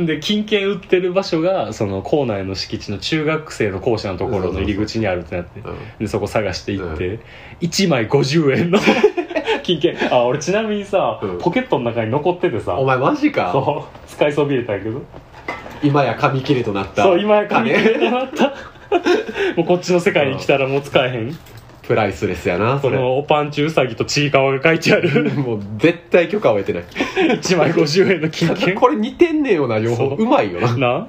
[SPEAKER 2] う
[SPEAKER 1] [LAUGHS] で金券売ってる場所がその校内の敷地の中学生の校舎のところの入り口にあるってなって
[SPEAKER 2] うん
[SPEAKER 1] でそこ探していって、1枚50円の [LAUGHS] 金券あ俺ちなみにさ、
[SPEAKER 2] うん
[SPEAKER 1] ポケットの中に残っててさ
[SPEAKER 2] お前マジか
[SPEAKER 1] そう使いそびれたんやけど
[SPEAKER 2] 今や紙切れとなった
[SPEAKER 1] そう今や紙
[SPEAKER 2] 金
[SPEAKER 1] 切れてもらった [LAUGHS] もうこっちの世界に来たらもう使えへん
[SPEAKER 2] プライスレスやなそ
[SPEAKER 1] そ
[SPEAKER 2] れ
[SPEAKER 1] のおパンチウサギとちいかわが書いてあ
[SPEAKER 2] [LAUGHS]
[SPEAKER 1] る
[SPEAKER 2] もう絶対許可を得てない
[SPEAKER 1] 1枚50円の金券
[SPEAKER 2] これ似てんねんよな両方
[SPEAKER 1] そう
[SPEAKER 2] うま [LAUGHS] いよな
[SPEAKER 1] [LAUGHS] な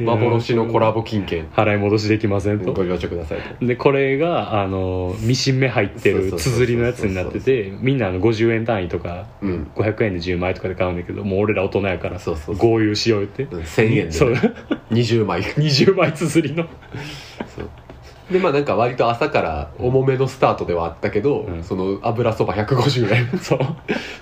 [SPEAKER 2] 幻のコラボ金券
[SPEAKER 1] 払い戻しできませんと
[SPEAKER 2] ご了承くださいと
[SPEAKER 1] でこれがあのミシン目入ってる
[SPEAKER 2] そうそうそうそう
[SPEAKER 1] 綴りのやつになっててみんなあの50円単位とか
[SPEAKER 2] うん
[SPEAKER 1] 500円で10枚とかで買うんだけどもう俺ら大人やから
[SPEAKER 2] そうそうそう
[SPEAKER 1] 合流しようよって
[SPEAKER 2] 1000円で
[SPEAKER 1] そ
[SPEAKER 2] ね、
[SPEAKER 1] う [LAUGHS]
[SPEAKER 2] 20枚
[SPEAKER 1] 20枚綴りの
[SPEAKER 2] そうでまあなんか割と朝から重めのスタートではあったけど、
[SPEAKER 1] うん
[SPEAKER 2] その油そば150円
[SPEAKER 1] そう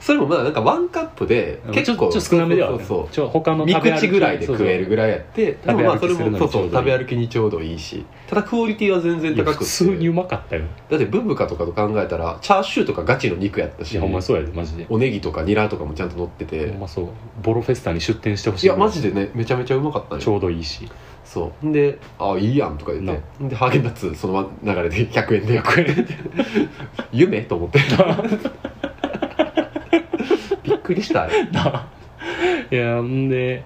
[SPEAKER 2] それもまあなんかワンカップで [LAUGHS] 結
[SPEAKER 1] ちょ
[SPEAKER 2] 構
[SPEAKER 1] っと少なめではある
[SPEAKER 2] そうそう
[SPEAKER 1] ちょ他
[SPEAKER 2] そ
[SPEAKER 1] の
[SPEAKER 2] う三口ぐらいで
[SPEAKER 1] そう
[SPEAKER 2] 食
[SPEAKER 1] そう
[SPEAKER 2] えるぐらいやってでもまあそ
[SPEAKER 1] 食べ歩き
[SPEAKER 2] れ
[SPEAKER 1] するのに
[SPEAKER 2] もそうそう
[SPEAKER 1] ちょうどいい
[SPEAKER 2] 食べ歩きにちょうどいいしただクオリティは全然
[SPEAKER 1] いや
[SPEAKER 2] 高く
[SPEAKER 1] 普
[SPEAKER 2] て
[SPEAKER 1] 通にうまかったよ
[SPEAKER 2] だってブブカとかと考えたらチャーシューとかガチの肉やった
[SPEAKER 1] い
[SPEAKER 2] し
[SPEAKER 1] やほんまそうやでマジで
[SPEAKER 2] おネギとかニラとかもちゃんと乗ってて、
[SPEAKER 1] ほんまそうボロフェスタに出店してほしい
[SPEAKER 2] いやマジでねめちゃめちゃうまかったね
[SPEAKER 1] ちょうどいいし
[SPEAKER 2] そうで「あいいやん」とか言ってでハーゲンダッツその流れで100円で [LAUGHS]
[SPEAKER 1] 100円で
[SPEAKER 2] 夢と
[SPEAKER 1] [LAUGHS]
[SPEAKER 2] 思ってびっくりしたあれ
[SPEAKER 1] [LAUGHS] ないやんで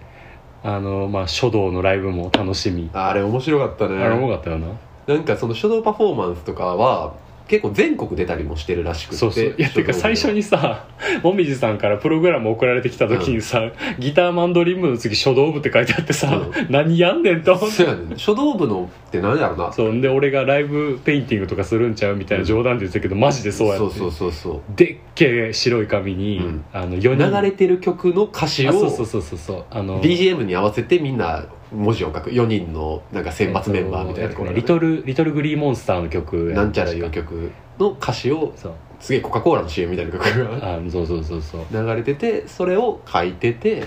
[SPEAKER 1] あのまあ書道のライブも楽しみ
[SPEAKER 2] あれ面白かった
[SPEAKER 1] あれおも
[SPEAKER 2] ね
[SPEAKER 1] かったよな
[SPEAKER 2] なんかその書道パフォーマンスとかは結構全国出たりもしてるらしくて
[SPEAKER 1] そうそういやてか最初にさもみじさんからプログラム送られてきた時にさ、ギターマンドリン部の次書道部って書いてあってさ、
[SPEAKER 2] う
[SPEAKER 1] 何やんねんと思って
[SPEAKER 2] そうやねん書道部のって何やろな
[SPEAKER 1] そうで俺がライブペインティングとかするんちゃうみたいな冗談で言ってたけどマジでそうやって
[SPEAKER 2] そうそうそうそう
[SPEAKER 1] でっけえ白い紙に、
[SPEAKER 2] うん
[SPEAKER 1] あの4人
[SPEAKER 2] 流れてる曲の歌詞
[SPEAKER 1] あそう
[SPEAKER 2] を
[SPEAKER 1] そうそうそうそうあの
[SPEAKER 2] BGM に合わせてみんな文字を書く4人のなんか選抜メンバーみたいなところ
[SPEAKER 1] えっとねリ
[SPEAKER 2] が
[SPEAKER 1] トルリトルグリーモンスターの曲
[SPEAKER 2] なんちゃらいう
[SPEAKER 1] 確か
[SPEAKER 2] 曲の歌詞を
[SPEAKER 1] そう
[SPEAKER 2] すげえコカ・コーラの CM みたいな曲が
[SPEAKER 1] あそうそうそうそう
[SPEAKER 2] 流れててそれを書いてて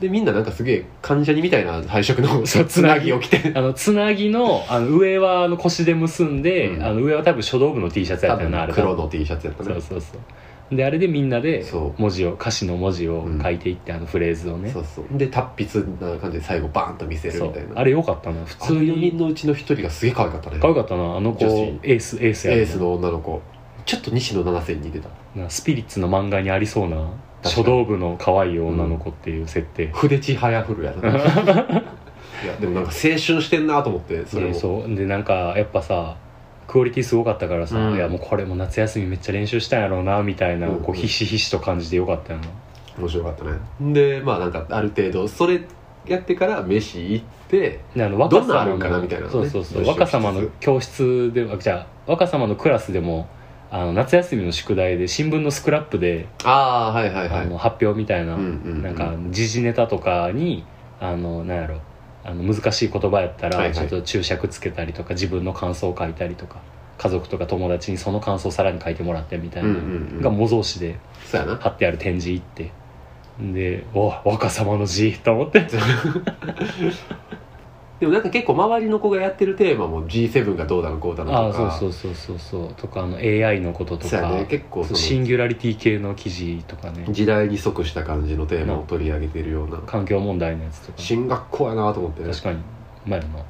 [SPEAKER 2] でみんななんかすげえ関ジャニみたいな配色の
[SPEAKER 1] そう
[SPEAKER 2] つなぎを着て
[SPEAKER 1] あのつなぎのあの上はあの腰で結んで、
[SPEAKER 2] うん
[SPEAKER 1] あの上は多分書道部の T シャツや
[SPEAKER 2] 多
[SPEAKER 1] ったよなあ
[SPEAKER 2] 分
[SPEAKER 1] れ多分
[SPEAKER 2] 黒の T シャツやった
[SPEAKER 1] そう
[SPEAKER 2] ね
[SPEAKER 1] そうそうであれでみんなで
[SPEAKER 2] そう
[SPEAKER 1] 文字を歌詞の文字を書いていって、あのフレーズをね
[SPEAKER 2] そうそうで達筆な感じで最後バーンと見せるみたい
[SPEAKER 1] そう
[SPEAKER 2] な
[SPEAKER 1] あれよかったな普
[SPEAKER 2] 普通
[SPEAKER 1] 通
[SPEAKER 2] 4
[SPEAKER 1] に
[SPEAKER 2] 人のうちの1人がすげえ可愛かったね
[SPEAKER 1] 可愛かったなあの子
[SPEAKER 2] 女子
[SPEAKER 1] エースエースやね
[SPEAKER 2] エースの女の子ちょっと西野七瀬に似てた
[SPEAKER 1] なスピリッツの漫画にありそうな
[SPEAKER 2] かに
[SPEAKER 1] 書道部の可愛い女の子っていう設定、
[SPEAKER 2] 筆ちはやふるや
[SPEAKER 1] [LAUGHS]
[SPEAKER 2] ないやでもなんか青春してんなと思ってそれ
[SPEAKER 1] で
[SPEAKER 2] も
[SPEAKER 1] そうでなんかやっぱさクオリティすごかったからさ、
[SPEAKER 2] うん
[SPEAKER 1] いやもうこれも夏休みめっちゃ練習したんやろうなみたいな、
[SPEAKER 2] うん
[SPEAKER 1] こうひしひしと感じてよかったよな
[SPEAKER 2] 面白かったねでまあなんかある程度それやってから飯行って
[SPEAKER 1] であの若
[SPEAKER 2] どんなある
[SPEAKER 1] 様
[SPEAKER 2] んかなみたいな
[SPEAKER 1] のそ
[SPEAKER 2] ね
[SPEAKER 1] うそうそう
[SPEAKER 2] どうしよう
[SPEAKER 1] 若様の教室であじゃあ若様のクラスでもあの夏休みの宿題で新聞のスクラップで、
[SPEAKER 2] ああはいはいは
[SPEAKER 1] あ
[SPEAKER 2] い
[SPEAKER 1] の発表みたいな、
[SPEAKER 2] うんうんうん
[SPEAKER 1] なんか時事ネタとかにあのなんやろあの難しい言葉やった
[SPEAKER 2] はい
[SPEAKER 1] ら
[SPEAKER 2] はい
[SPEAKER 1] ちょっと注釈つけたりとか、自分の感想を書いたりとか家族とか友達にその感想をさらに書いてもらってみたいな、
[SPEAKER 2] うんうんうん
[SPEAKER 1] が模造紙で
[SPEAKER 2] そうやな
[SPEAKER 1] 貼ってある展示行ってで「お若様の字」と思って
[SPEAKER 2] でもなんか結構周りの子がやってるテーマも G7 がどうだのこうだの
[SPEAKER 1] ああ
[SPEAKER 2] と
[SPEAKER 1] そ
[SPEAKER 2] か
[SPEAKER 1] うそうそうそうそうとかあの AI のことと
[SPEAKER 2] そうや
[SPEAKER 1] か、
[SPEAKER 2] ね結構そ
[SPEAKER 1] シン
[SPEAKER 2] の
[SPEAKER 1] ギュラリティ系の記事とかね
[SPEAKER 2] 時代に即した感じのテーマを取り上げてるような
[SPEAKER 1] 環境問題のやつとか
[SPEAKER 2] 新学校やなと思ってね
[SPEAKER 1] 確かにうまいよな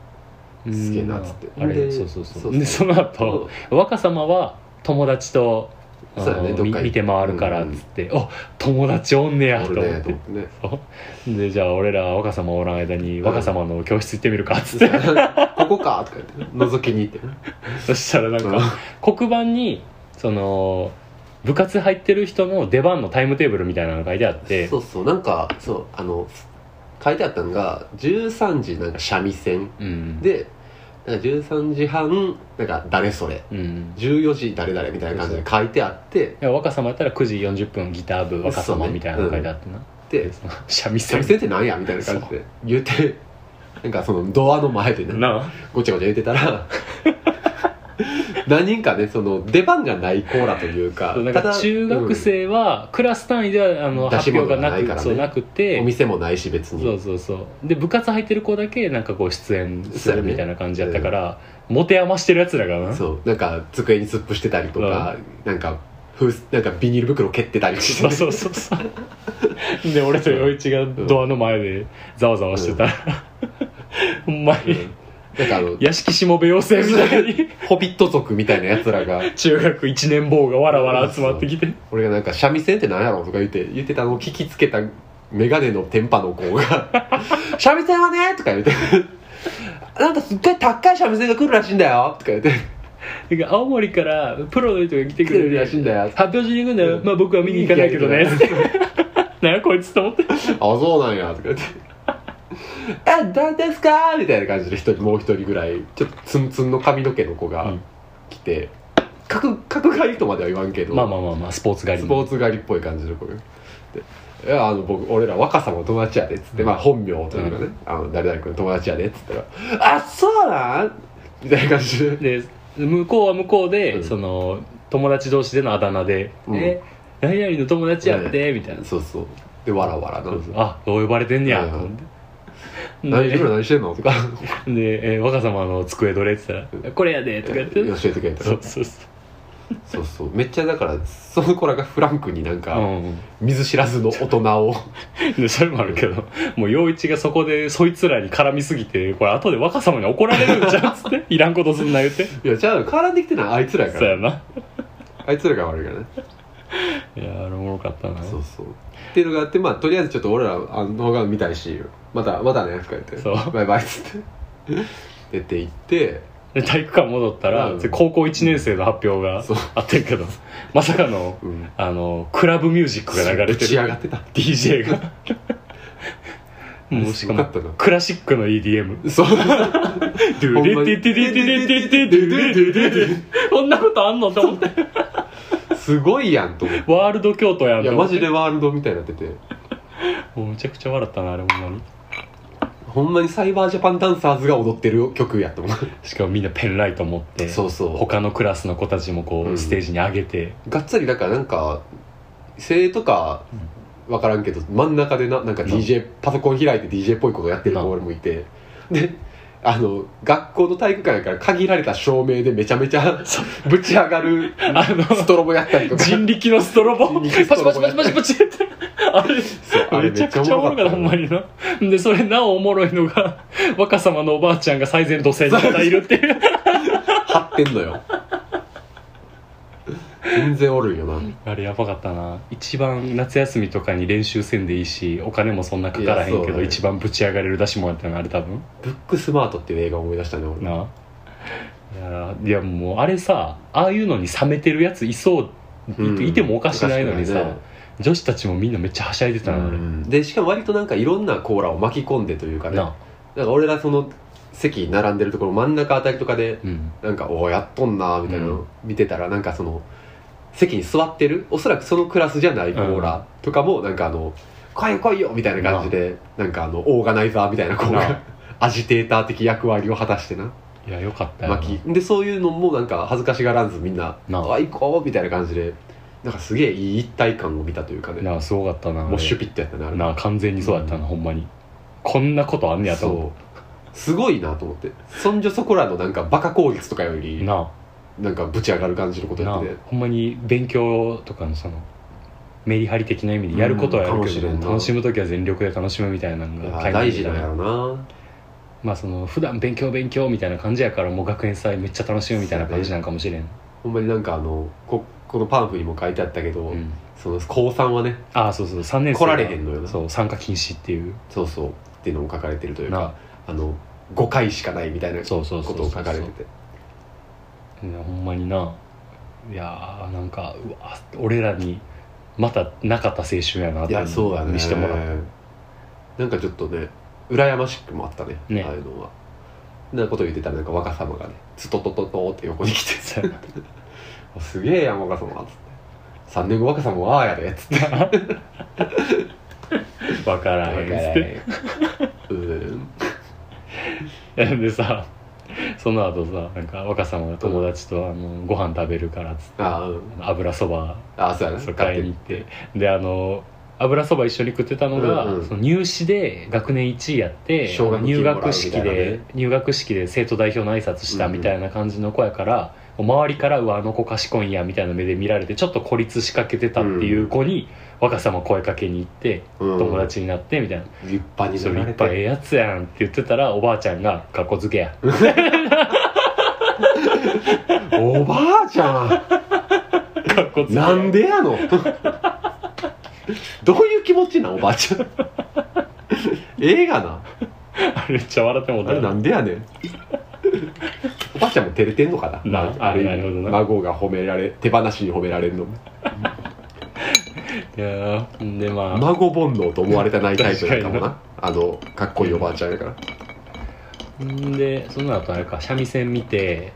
[SPEAKER 1] うん
[SPEAKER 2] すげえなっつって
[SPEAKER 1] あれ
[SPEAKER 2] で
[SPEAKER 1] そうそうそう
[SPEAKER 2] そうそう
[SPEAKER 1] でその後若様は友達とあ
[SPEAKER 2] そうやね
[SPEAKER 1] の
[SPEAKER 2] どっ
[SPEAKER 1] み
[SPEAKER 2] か行
[SPEAKER 1] 見て回るからっつって「あ友達おんねや」と
[SPEAKER 2] 俺
[SPEAKER 1] 思っ
[SPEAKER 2] ねと
[SPEAKER 1] て
[SPEAKER 2] 思ってね [LAUGHS]
[SPEAKER 1] そうでじゃあ俺ら若様おらん間に若様の教室行ってみるかっつっ
[SPEAKER 2] そう
[SPEAKER 1] て
[SPEAKER 2] やなここかとか言って覗きに行ってね
[SPEAKER 1] そしたらなん
[SPEAKER 2] うん
[SPEAKER 1] か黒板にその部活入ってる人の出番のタイムテーブルみたいなのが書いてあって
[SPEAKER 2] そうそうなんかそうあの書いてあったのが13時なんか三味線
[SPEAKER 1] うん
[SPEAKER 2] でなんか13時半なんか誰それ
[SPEAKER 1] うん
[SPEAKER 2] 14時誰々みたいな感じで書いてあって
[SPEAKER 1] いや若様やったら9時40分ギター部若様みたいなのが書いてあってな、
[SPEAKER 2] で
[SPEAKER 1] その三味
[SPEAKER 2] 三
[SPEAKER 1] 線
[SPEAKER 2] 味線ってなんやみたいな感じで言ってなんかそのドアの前でね
[SPEAKER 1] なあ
[SPEAKER 2] ごちゃごちゃ言って
[SPEAKER 1] [LAUGHS]
[SPEAKER 2] たら何人かねその出番がない子らというか
[SPEAKER 1] なんか中学、生はクラス単位ではあの
[SPEAKER 2] 出
[SPEAKER 1] 発
[SPEAKER 2] し物
[SPEAKER 1] 表
[SPEAKER 2] が
[SPEAKER 1] がな
[SPEAKER 2] ない
[SPEAKER 1] く
[SPEAKER 2] からね
[SPEAKER 1] そうなく
[SPEAKER 2] うん
[SPEAKER 1] て
[SPEAKER 2] お店もないし別
[SPEAKER 1] そう
[SPEAKER 2] に
[SPEAKER 1] そうそうで部活入ってる子だけなんかこう出演するみたいな感じやったから、持て余してるやつらがな
[SPEAKER 2] そうなんか机に突っ伏してたりとか、なんかふなんかビニール袋蹴ってたりして
[SPEAKER 1] そうそうそうそうで俺と陽一がドアの前でざわざわしてたら、ほんまに
[SPEAKER 2] なんかあの
[SPEAKER 1] 屋敷しもべ妖精みたいに
[SPEAKER 2] ホビット族みたいなやつらが
[SPEAKER 1] 中学1年坊がわらわら集まってきて
[SPEAKER 2] 俺がなんか三味線って何やろとか言って言ってたのを聞きつけたメガネの天パの子が
[SPEAKER 1] [LAUGHS]
[SPEAKER 2] 「三味線はね」とか言って「なんかすっごい高い三味線が来るらしいんだよ」とか言って
[SPEAKER 1] なんか青森からプロの人が来てくれるらしいんだよ
[SPEAKER 2] 来
[SPEAKER 1] 発表しに行くんだよ、
[SPEAKER 2] うん
[SPEAKER 1] まあ僕は見に行かないけどねなんやこいつと思って
[SPEAKER 2] [LAUGHS] 「あそうなんや」とか言って [LAUGHS] 「え誰ですか?」みたいな感じで一人もう一人ぐらいちょっとツンツンの髪の毛の子
[SPEAKER 1] う
[SPEAKER 2] が
[SPEAKER 1] ん
[SPEAKER 2] 来て角角刈りとまでは言わんけど
[SPEAKER 1] まあまあまあまあスポーツ狩り
[SPEAKER 2] ス
[SPEAKER 1] の
[SPEAKER 2] ポーツ狩りっぽい感じの子がでいやあの僕俺ら若さも友達やで」っつって、まあ、本名というかね、あの誰々君の友達やで」っつったら「あそうなん?」みたいな感じで
[SPEAKER 1] で向こうは向こうで、
[SPEAKER 2] うん
[SPEAKER 1] その友達同士でのあだ名で「
[SPEAKER 2] うん
[SPEAKER 1] え何々の友達やって」みたいな、
[SPEAKER 2] そうそうでわらわらな
[SPEAKER 1] そうそうあどう呼ばれてんねや
[SPEAKER 2] うん
[SPEAKER 1] と思って。
[SPEAKER 2] 「何
[SPEAKER 1] で
[SPEAKER 2] 自分ら何して
[SPEAKER 1] [LAUGHS]
[SPEAKER 2] んの?」とか
[SPEAKER 1] で、えー若様の机どれ?」って言ったら「これやで」
[SPEAKER 2] 「
[SPEAKER 1] とか
[SPEAKER 2] 教
[SPEAKER 1] 言
[SPEAKER 2] え
[SPEAKER 1] って
[SPEAKER 2] てくれ」と
[SPEAKER 1] そ
[SPEAKER 2] か
[SPEAKER 1] うそうそ
[SPEAKER 2] そうそうめっちゃだからその子らがフランクになん
[SPEAKER 1] う、う
[SPEAKER 2] か
[SPEAKER 1] ん
[SPEAKER 2] 見ず知らずの大人を
[SPEAKER 1] でそれもあるけどもう陽一がそこでそいつらに絡みすぎてこれ後で若様に怒られるんじゃんっつっていらんことすんな言って
[SPEAKER 2] いやじゃあ絡んできてないあいつらやか
[SPEAKER 1] そうや
[SPEAKER 2] ら
[SPEAKER 1] な
[SPEAKER 2] あいつらが悪いからね
[SPEAKER 1] いやーあれおもろかったな
[SPEAKER 2] そ
[SPEAKER 1] そう
[SPEAKER 2] そうっていうのがあってまあとりあえずちょっと俺らあの動画見たいしまたまたねとか言って
[SPEAKER 1] う
[SPEAKER 2] バイバイっつって出て行って
[SPEAKER 1] で体育館戻ったら、
[SPEAKER 2] うん
[SPEAKER 1] 高校1年生の発表が
[SPEAKER 2] そう
[SPEAKER 1] あってんけどまさかの
[SPEAKER 2] うん
[SPEAKER 1] あのクラブミュージックが流れ
[SPEAKER 2] ぶ
[SPEAKER 1] て
[SPEAKER 2] ち
[SPEAKER 1] る
[SPEAKER 2] 上がってた
[SPEAKER 1] DJ がもうし
[SPEAKER 2] す
[SPEAKER 1] か
[SPEAKER 2] ごか
[SPEAKER 1] も
[SPEAKER 2] ったな
[SPEAKER 1] クラシックの EDM
[SPEAKER 2] そう
[SPEAKER 1] ドゥルティティティティティティティドゥルティティティ [LAUGHS] こんなことあんのと思って
[SPEAKER 2] すごいやんと思って
[SPEAKER 1] ワールド京都やん
[SPEAKER 2] いや
[SPEAKER 1] と思
[SPEAKER 2] マ
[SPEAKER 1] って
[SPEAKER 2] ジでワールドみたいになってて
[SPEAKER 1] もうむちゃくちゃ笑ったなあれほんまに
[SPEAKER 2] ほんまにサイバージャパンダンサーズが踊ってる曲やと思う
[SPEAKER 1] しかもみんなペンライト持って
[SPEAKER 2] そうそ
[SPEAKER 1] 他のクラスの子たちもこう、
[SPEAKER 2] うん
[SPEAKER 1] ステージに上げて
[SPEAKER 2] うがっつりだからなんか生とか分からんけど真ん中でななんか DJ パソコン開いて DJ っぽいことやってる
[SPEAKER 1] な
[SPEAKER 2] 子俺もいてであの学校の体育館やから限られた照明でめちゃめちゃぶち上がる
[SPEAKER 1] あの
[SPEAKER 2] ストロボやったりとか
[SPEAKER 1] 人力のストロボ
[SPEAKER 2] 人力ス
[SPEAKER 1] パ
[SPEAKER 2] ト
[SPEAKER 1] チパ
[SPEAKER 2] ロボ
[SPEAKER 1] チパチパチパチってあれ
[SPEAKER 2] そうあれ
[SPEAKER 1] めちゃくちゃおもろかったほんまになでそれなおおもろいのが若様のおばあちゃんが最前土星にまたいるっていう
[SPEAKER 2] 張ってんのよ全然おるんよな
[SPEAKER 1] あれやばかったな一番夏休みとかに練習せんでいいしお金もそんなかからへん
[SPEAKER 2] いや
[SPEAKER 1] け
[SPEAKER 2] そう
[SPEAKER 1] ど
[SPEAKER 2] ね
[SPEAKER 1] 一番ぶち上がれる出し物やったのあれ多分
[SPEAKER 2] ブックスマートっていう映画を思い出したね俺
[SPEAKER 1] なあいやいやもうあれさああいうのに冷めてるやついそうい,、
[SPEAKER 2] うん
[SPEAKER 1] てもおかしないのにさ、
[SPEAKER 2] おかしくないね
[SPEAKER 1] 女子たちもみんなめっちゃはしゃいでたのあれ、
[SPEAKER 2] でしかも割となんかいろんなコーラを巻き込んでというかね
[SPEAKER 1] なあ
[SPEAKER 2] なんか俺らその席並んでるところ真ん中あたりとかで
[SPEAKER 1] うん
[SPEAKER 2] なんか「おおやっとんな」みたいな
[SPEAKER 1] う
[SPEAKER 2] の見てたらなんかその席に座ってるおそらくそのクラスじゃないコーラとかもなんかあの「来いよ来いよ」みたいな感じでなんかあのオーガナイザーみたいな子
[SPEAKER 1] な
[SPEAKER 2] [LAUGHS] がアジテーター的役割を果たしてない
[SPEAKER 1] やよかったよな
[SPEAKER 2] 巻きでそういうのもなんか恥ずかしがらずみんな「
[SPEAKER 1] な
[SPEAKER 2] あ行こう」みたいな感じでなんかすげえいい一体感を見たというかね
[SPEAKER 1] なあすごかったなあれ
[SPEAKER 2] もうシュピッとやったねあれ
[SPEAKER 1] なあ完全にそうやったな、ほんまにこんなことあんねやと思
[SPEAKER 2] そうすごいなと思ってそんじょそこらのなんかバカ効率とかよ
[SPEAKER 1] う
[SPEAKER 2] り
[SPEAKER 1] な
[SPEAKER 2] なんかぶち上がる感じのこ
[SPEAKER 1] あ
[SPEAKER 2] と
[SPEAKER 1] な
[SPEAKER 2] や
[SPEAKER 1] あ
[SPEAKER 2] ってて
[SPEAKER 1] ほんまに勉強とかのそのメリハリ的な意味でやることはやる
[SPEAKER 2] うんかも
[SPEAKER 1] け
[SPEAKER 2] し
[SPEAKER 1] ど、
[SPEAKER 2] れんな
[SPEAKER 1] 楽しむ時は全力で楽しむみたいなの
[SPEAKER 2] いや
[SPEAKER 1] が
[SPEAKER 2] ー
[SPEAKER 1] 垣間
[SPEAKER 2] 大
[SPEAKER 1] 見
[SPEAKER 2] 事
[SPEAKER 1] えた
[SPEAKER 2] なん
[SPEAKER 1] な
[SPEAKER 2] やろな
[SPEAKER 1] まあその普段勉強勉強みたいな感じやからもう学園祭めっちゃ楽しむみたいな感じなんかもしれん、
[SPEAKER 2] ほんまになんかあのここのパンフにも書いてあったけど、
[SPEAKER 1] うん
[SPEAKER 2] その高3はね
[SPEAKER 1] ああそうそう3年生が
[SPEAKER 2] 来られへんのよなそう
[SPEAKER 1] そう参加禁止っていう
[SPEAKER 2] そうっていうのも書かれてるという
[SPEAKER 1] な
[SPEAKER 2] かあの5回しかないみたいなこ
[SPEAKER 1] そうそう
[SPEAKER 2] と
[SPEAKER 1] そう
[SPEAKER 2] を書かれてて
[SPEAKER 1] そうねほんまにないやーなんかうわ俺らにまたなかった青春やなっ
[SPEAKER 2] い
[SPEAKER 1] て
[SPEAKER 2] やそうやね
[SPEAKER 1] 見してもら
[SPEAKER 2] [LAUGHS]
[SPEAKER 1] った
[SPEAKER 2] なんかちょっとね羨ましくもあったね
[SPEAKER 1] ね
[SPEAKER 2] ああいうのはなこと言ってたらなんか若様がねつととととって横に来て
[SPEAKER 1] そうやな
[SPEAKER 2] あすげえやん若様っつって3年後若様はああやでっつって
[SPEAKER 1] わからへんっつって
[SPEAKER 2] うーん
[SPEAKER 1] ん [LAUGHS] でさその後さなんか若様が友達とあのご飯食べるからっつって
[SPEAKER 2] あーうん
[SPEAKER 1] 油そば
[SPEAKER 2] あーそうやな
[SPEAKER 1] そう買いに行ってであの油そば一緒に食ってたのが、
[SPEAKER 2] うんうん
[SPEAKER 1] その入試で学年1位やって
[SPEAKER 2] 奨学金
[SPEAKER 1] 入
[SPEAKER 2] もらうみたいな
[SPEAKER 1] 学式
[SPEAKER 2] ね
[SPEAKER 1] で入学式で生徒代表の挨拶したみたいな感じの子やから、周りから「うわあの子賢いんや」みたいな目で見られてちょっと孤立しかけてたっていう子に、若さま声かけに行って
[SPEAKER 2] うん
[SPEAKER 1] 友達になってみたいな
[SPEAKER 2] 立派
[SPEAKER 1] 「
[SPEAKER 2] に
[SPEAKER 1] それ
[SPEAKER 2] なら
[SPEAKER 1] いっ
[SPEAKER 2] れ
[SPEAKER 1] ぱいええ
[SPEAKER 2] て
[SPEAKER 1] やつやん」って言ってたらおばあちゃんが「かっこつけや」
[SPEAKER 2] [LAUGHS] おばあ
[SPEAKER 1] [LAUGHS]
[SPEAKER 2] ちゃ
[SPEAKER 1] 「かっこつけ
[SPEAKER 2] ん
[SPEAKER 1] や」
[SPEAKER 2] なんでやの [LAUGHS] どういう気持ちなんおばあちゃん映画な
[SPEAKER 1] あれめっちゃ笑ってもう
[SPEAKER 2] あれなんでやねんおばあちゃんも照れてんのかな、
[SPEAKER 1] なあなるほどな
[SPEAKER 2] 孫が褒められ手放しに褒められるの
[SPEAKER 1] いやーんでまあ、
[SPEAKER 2] 孫煩悩と思われたないタイプだったもん
[SPEAKER 1] 確
[SPEAKER 2] なあのかっこいいおばあちゃんやから
[SPEAKER 1] んでその後あれか三味線見て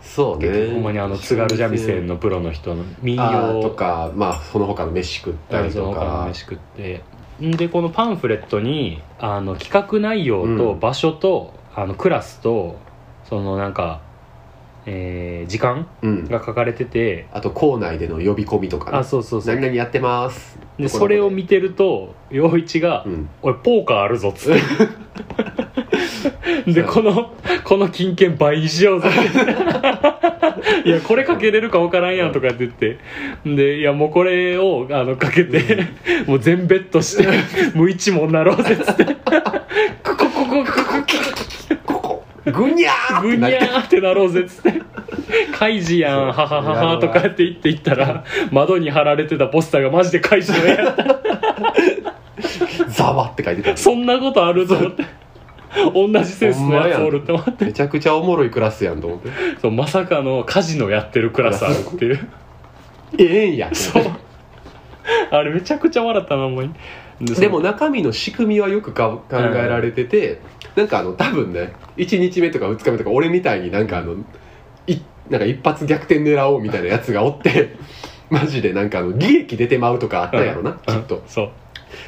[SPEAKER 2] そう
[SPEAKER 1] ほんまにあの津軽三味線のプロの人の民謡
[SPEAKER 2] とかまあその他の飯食った
[SPEAKER 1] 大
[SPEAKER 2] り
[SPEAKER 1] 豆の
[SPEAKER 2] と
[SPEAKER 1] 他の
[SPEAKER 2] か
[SPEAKER 1] 飯食ってんでこのパンフレットにあの企画内容と
[SPEAKER 2] うん
[SPEAKER 1] 場所と、あのクラスとそのなんか、えー時間
[SPEAKER 2] うん
[SPEAKER 1] が書かれてて
[SPEAKER 2] あと校内での呼び込みとかね
[SPEAKER 1] あそうそうそう
[SPEAKER 2] 何々やってます
[SPEAKER 1] で
[SPEAKER 2] ところ
[SPEAKER 1] それを見てると陽一が
[SPEAKER 2] うん
[SPEAKER 1] 「俺ポーカーあるぞ」っつってでこのこの金券倍にしようぜっていやこれかけれるか分からんやんとかって言ってでいやもうこれをあのかけてもう全ベッドして無一文になろうぜっつってこここここ
[SPEAKER 2] ここぐにゃー
[SPEAKER 1] こぐにゃーってなろうぜっつって「カイジやん
[SPEAKER 2] そう
[SPEAKER 1] はははは」とかって言って言ったら窓に貼られてたポスターがマジでカイジのやつ
[SPEAKER 2] ざわって書いてた
[SPEAKER 1] そんなことあると思って同じセンスのやつおるって思って
[SPEAKER 2] めちゃくちゃおもろいクラスやんと思って
[SPEAKER 1] そうまさかのカジノやってるクラスあるって
[SPEAKER 2] [LAUGHS]
[SPEAKER 1] いう
[SPEAKER 2] ええんやと
[SPEAKER 1] そ
[SPEAKER 2] 思
[SPEAKER 1] う
[SPEAKER 2] って
[SPEAKER 1] あれめちゃくちゃ笑ったなもうで
[SPEAKER 2] でも中身の仕組みはよくか考えられてて、なんかあの多分ね1日目とか2日目とか俺みたいになんかあのいなんか一発逆転狙おうみたいなやつがおって [LAUGHS] マジでなんかあの利益出てまうとかあったやろな、きっと
[SPEAKER 1] そう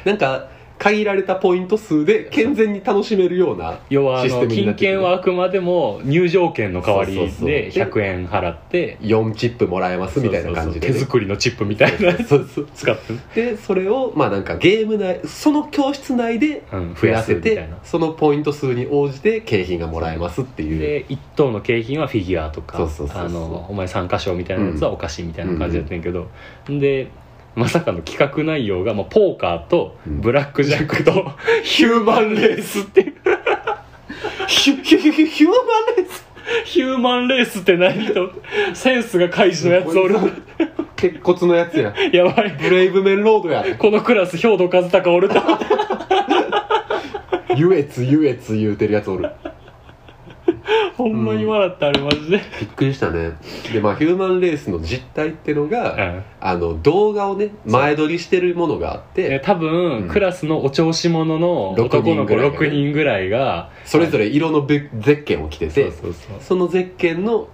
[SPEAKER 2] なんか限られたポイント数で健全に楽しめるような
[SPEAKER 1] 要はあ
[SPEAKER 2] システ
[SPEAKER 1] の
[SPEAKER 2] ムにな
[SPEAKER 1] 金
[SPEAKER 2] ってる
[SPEAKER 1] 券はあくまでも入場券の代わり
[SPEAKER 2] そうそうそう
[SPEAKER 1] で100円払って
[SPEAKER 2] 4チップもらえますみたいな感じ
[SPEAKER 1] そうそうそ
[SPEAKER 2] でね、
[SPEAKER 1] う手作りのチップみたいなやつ
[SPEAKER 2] そうそう
[SPEAKER 1] 使ってる、
[SPEAKER 2] でそれをまあなんかゲーム内その教室内で
[SPEAKER 1] うん、増
[SPEAKER 2] 増
[SPEAKER 1] や
[SPEAKER 2] や
[SPEAKER 1] す
[SPEAKER 2] せ
[SPEAKER 1] みたい
[SPEAKER 2] て
[SPEAKER 1] な
[SPEAKER 2] そのポイント数に応じて景品がもらえますっていう
[SPEAKER 1] で1等の景品はフィギュアと
[SPEAKER 2] そ
[SPEAKER 1] か
[SPEAKER 2] うそうそうそう
[SPEAKER 1] あのお前参加賞みたいなやつはお菓子みたいな感じやってんけど、でまさかの企画内容が、まあ、ポーカーと
[SPEAKER 2] うん
[SPEAKER 1] ブラックジャック
[SPEAKER 2] [LAUGHS]
[SPEAKER 1] と、ヒューマンレースっていう
[SPEAKER 2] ヒュヒュヒュヒュヒューマンレース
[SPEAKER 1] ヒューマンレースって何と思ってセンスが開示のやつおる
[SPEAKER 2] 鉄骨のやつや
[SPEAKER 1] やばい
[SPEAKER 2] ブレイブメンロードや
[SPEAKER 1] このクラス兵頭和孝おる
[SPEAKER 2] [LAUGHS]
[SPEAKER 1] と思って
[SPEAKER 2] 優越優越言うてるやつおる
[SPEAKER 1] ほんまに笑ったあれマジで、
[SPEAKER 2] びっくりしたねでまあヒューマンレースの実態っての
[SPEAKER 1] う
[SPEAKER 2] が、
[SPEAKER 1] ん
[SPEAKER 2] あの動画をね前撮りしてるものがあっ
[SPEAKER 1] え
[SPEAKER 2] て
[SPEAKER 1] 多分、
[SPEAKER 2] うん
[SPEAKER 1] クラスのお調子者の
[SPEAKER 2] 六
[SPEAKER 1] 男
[SPEAKER 2] 人
[SPEAKER 1] の子
[SPEAKER 2] ぐらいがね
[SPEAKER 1] 6人ぐらいが
[SPEAKER 2] それぞれ色のべゼッケンを着て
[SPEAKER 1] そう
[SPEAKER 2] て
[SPEAKER 1] そうそう
[SPEAKER 2] そのゼッケンの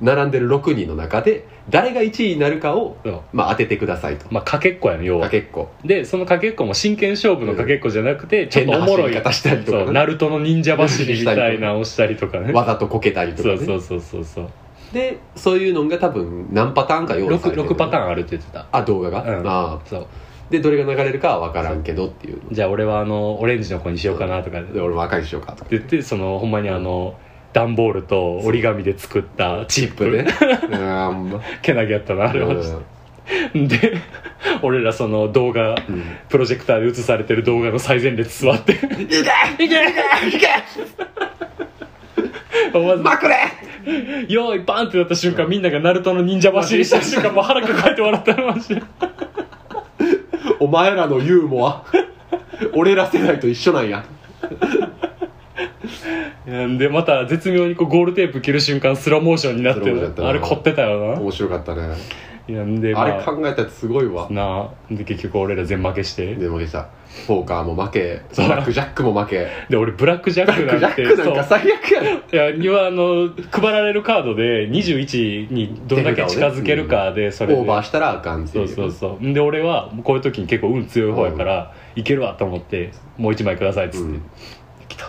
[SPEAKER 2] 並んでる6人の中で誰が1位になるかを、
[SPEAKER 1] そう
[SPEAKER 2] まあ、当ててくださいと、
[SPEAKER 1] まあかけっこやね要は
[SPEAKER 2] あ、結構
[SPEAKER 1] でそのかけっこも真剣勝負のかけっこじゃなくて、ちょっ
[SPEAKER 2] 変
[SPEAKER 1] とお
[SPEAKER 2] な
[SPEAKER 1] も
[SPEAKER 2] 走
[SPEAKER 1] ろ
[SPEAKER 2] り
[SPEAKER 1] い
[SPEAKER 2] 方したりとか
[SPEAKER 1] そ
[SPEAKER 2] ね、
[SPEAKER 1] うナルトの忍者走りみたいなのをしたりとかね
[SPEAKER 2] わざとこけたりとか、
[SPEAKER 1] そ
[SPEAKER 2] ね、
[SPEAKER 1] うそうそうそうそう
[SPEAKER 2] でそういうのが多分何パターンか用意されて
[SPEAKER 1] 6,
[SPEAKER 2] る
[SPEAKER 1] 6パターンあるって言ってた
[SPEAKER 2] あ動画が、
[SPEAKER 1] うん
[SPEAKER 2] ああ
[SPEAKER 1] そう
[SPEAKER 2] でどれが流れるかは分からんけどっていう
[SPEAKER 1] じゃあ俺はあのオレンジの子にしようかなとかで
[SPEAKER 2] で俺も赤にしようかとか
[SPEAKER 1] 言ってそのほんまにあの段ボールと折り紙で作ったチ
[SPEAKER 2] チ
[SPEAKER 1] ッ
[SPEAKER 2] ップ
[SPEAKER 1] プ
[SPEAKER 2] ね
[SPEAKER 1] で
[SPEAKER 2] [LAUGHS] うんあんま
[SPEAKER 1] けなげやったなあれは
[SPEAKER 2] う
[SPEAKER 1] で俺らその動画
[SPEAKER 2] ん
[SPEAKER 1] プロジェクターで映されてる動画の最前列座
[SPEAKER 2] [LAUGHS]
[SPEAKER 1] って
[SPEAKER 2] いけいけいけいけ
[SPEAKER 1] 思わず
[SPEAKER 2] まくれ
[SPEAKER 1] [LAUGHS] 用意バンってなった瞬間みんながナルトの忍者走りした瞬間もう腹抱えて笑ったのマジで
[SPEAKER 2] お前らのユーモア俺ら世代と一緒なんや
[SPEAKER 1] でまた絶妙にこうゴールテープ切る瞬間スローモーションになって
[SPEAKER 2] スローモーションやった
[SPEAKER 1] る
[SPEAKER 2] な
[SPEAKER 1] あれ凝ってたよ
[SPEAKER 2] 面白かったね
[SPEAKER 1] ないやんで、ま
[SPEAKER 2] あ
[SPEAKER 1] あ、
[SPEAKER 2] れ考えたやつすごいわ
[SPEAKER 1] なあで結局俺ら全負けして
[SPEAKER 2] でもでしたポーカーも負けブラックジャックも負け
[SPEAKER 1] で俺ブラックジャック
[SPEAKER 2] ブラ
[SPEAKER 1] なん
[SPEAKER 2] ッ
[SPEAKER 1] て
[SPEAKER 2] クなんか
[SPEAKER 1] そう
[SPEAKER 2] 最悪やろ
[SPEAKER 1] いやにはあの配られるカードで21にどれだけ近づけるかでそれで
[SPEAKER 2] オーバーしたらあかんって
[SPEAKER 1] そ
[SPEAKER 2] いう
[SPEAKER 1] うそうそうで俺はこういう時に結構運強い方やからいけるわと思ってもう1枚くださいっつって、
[SPEAKER 2] うん
[SPEAKER 1] 来た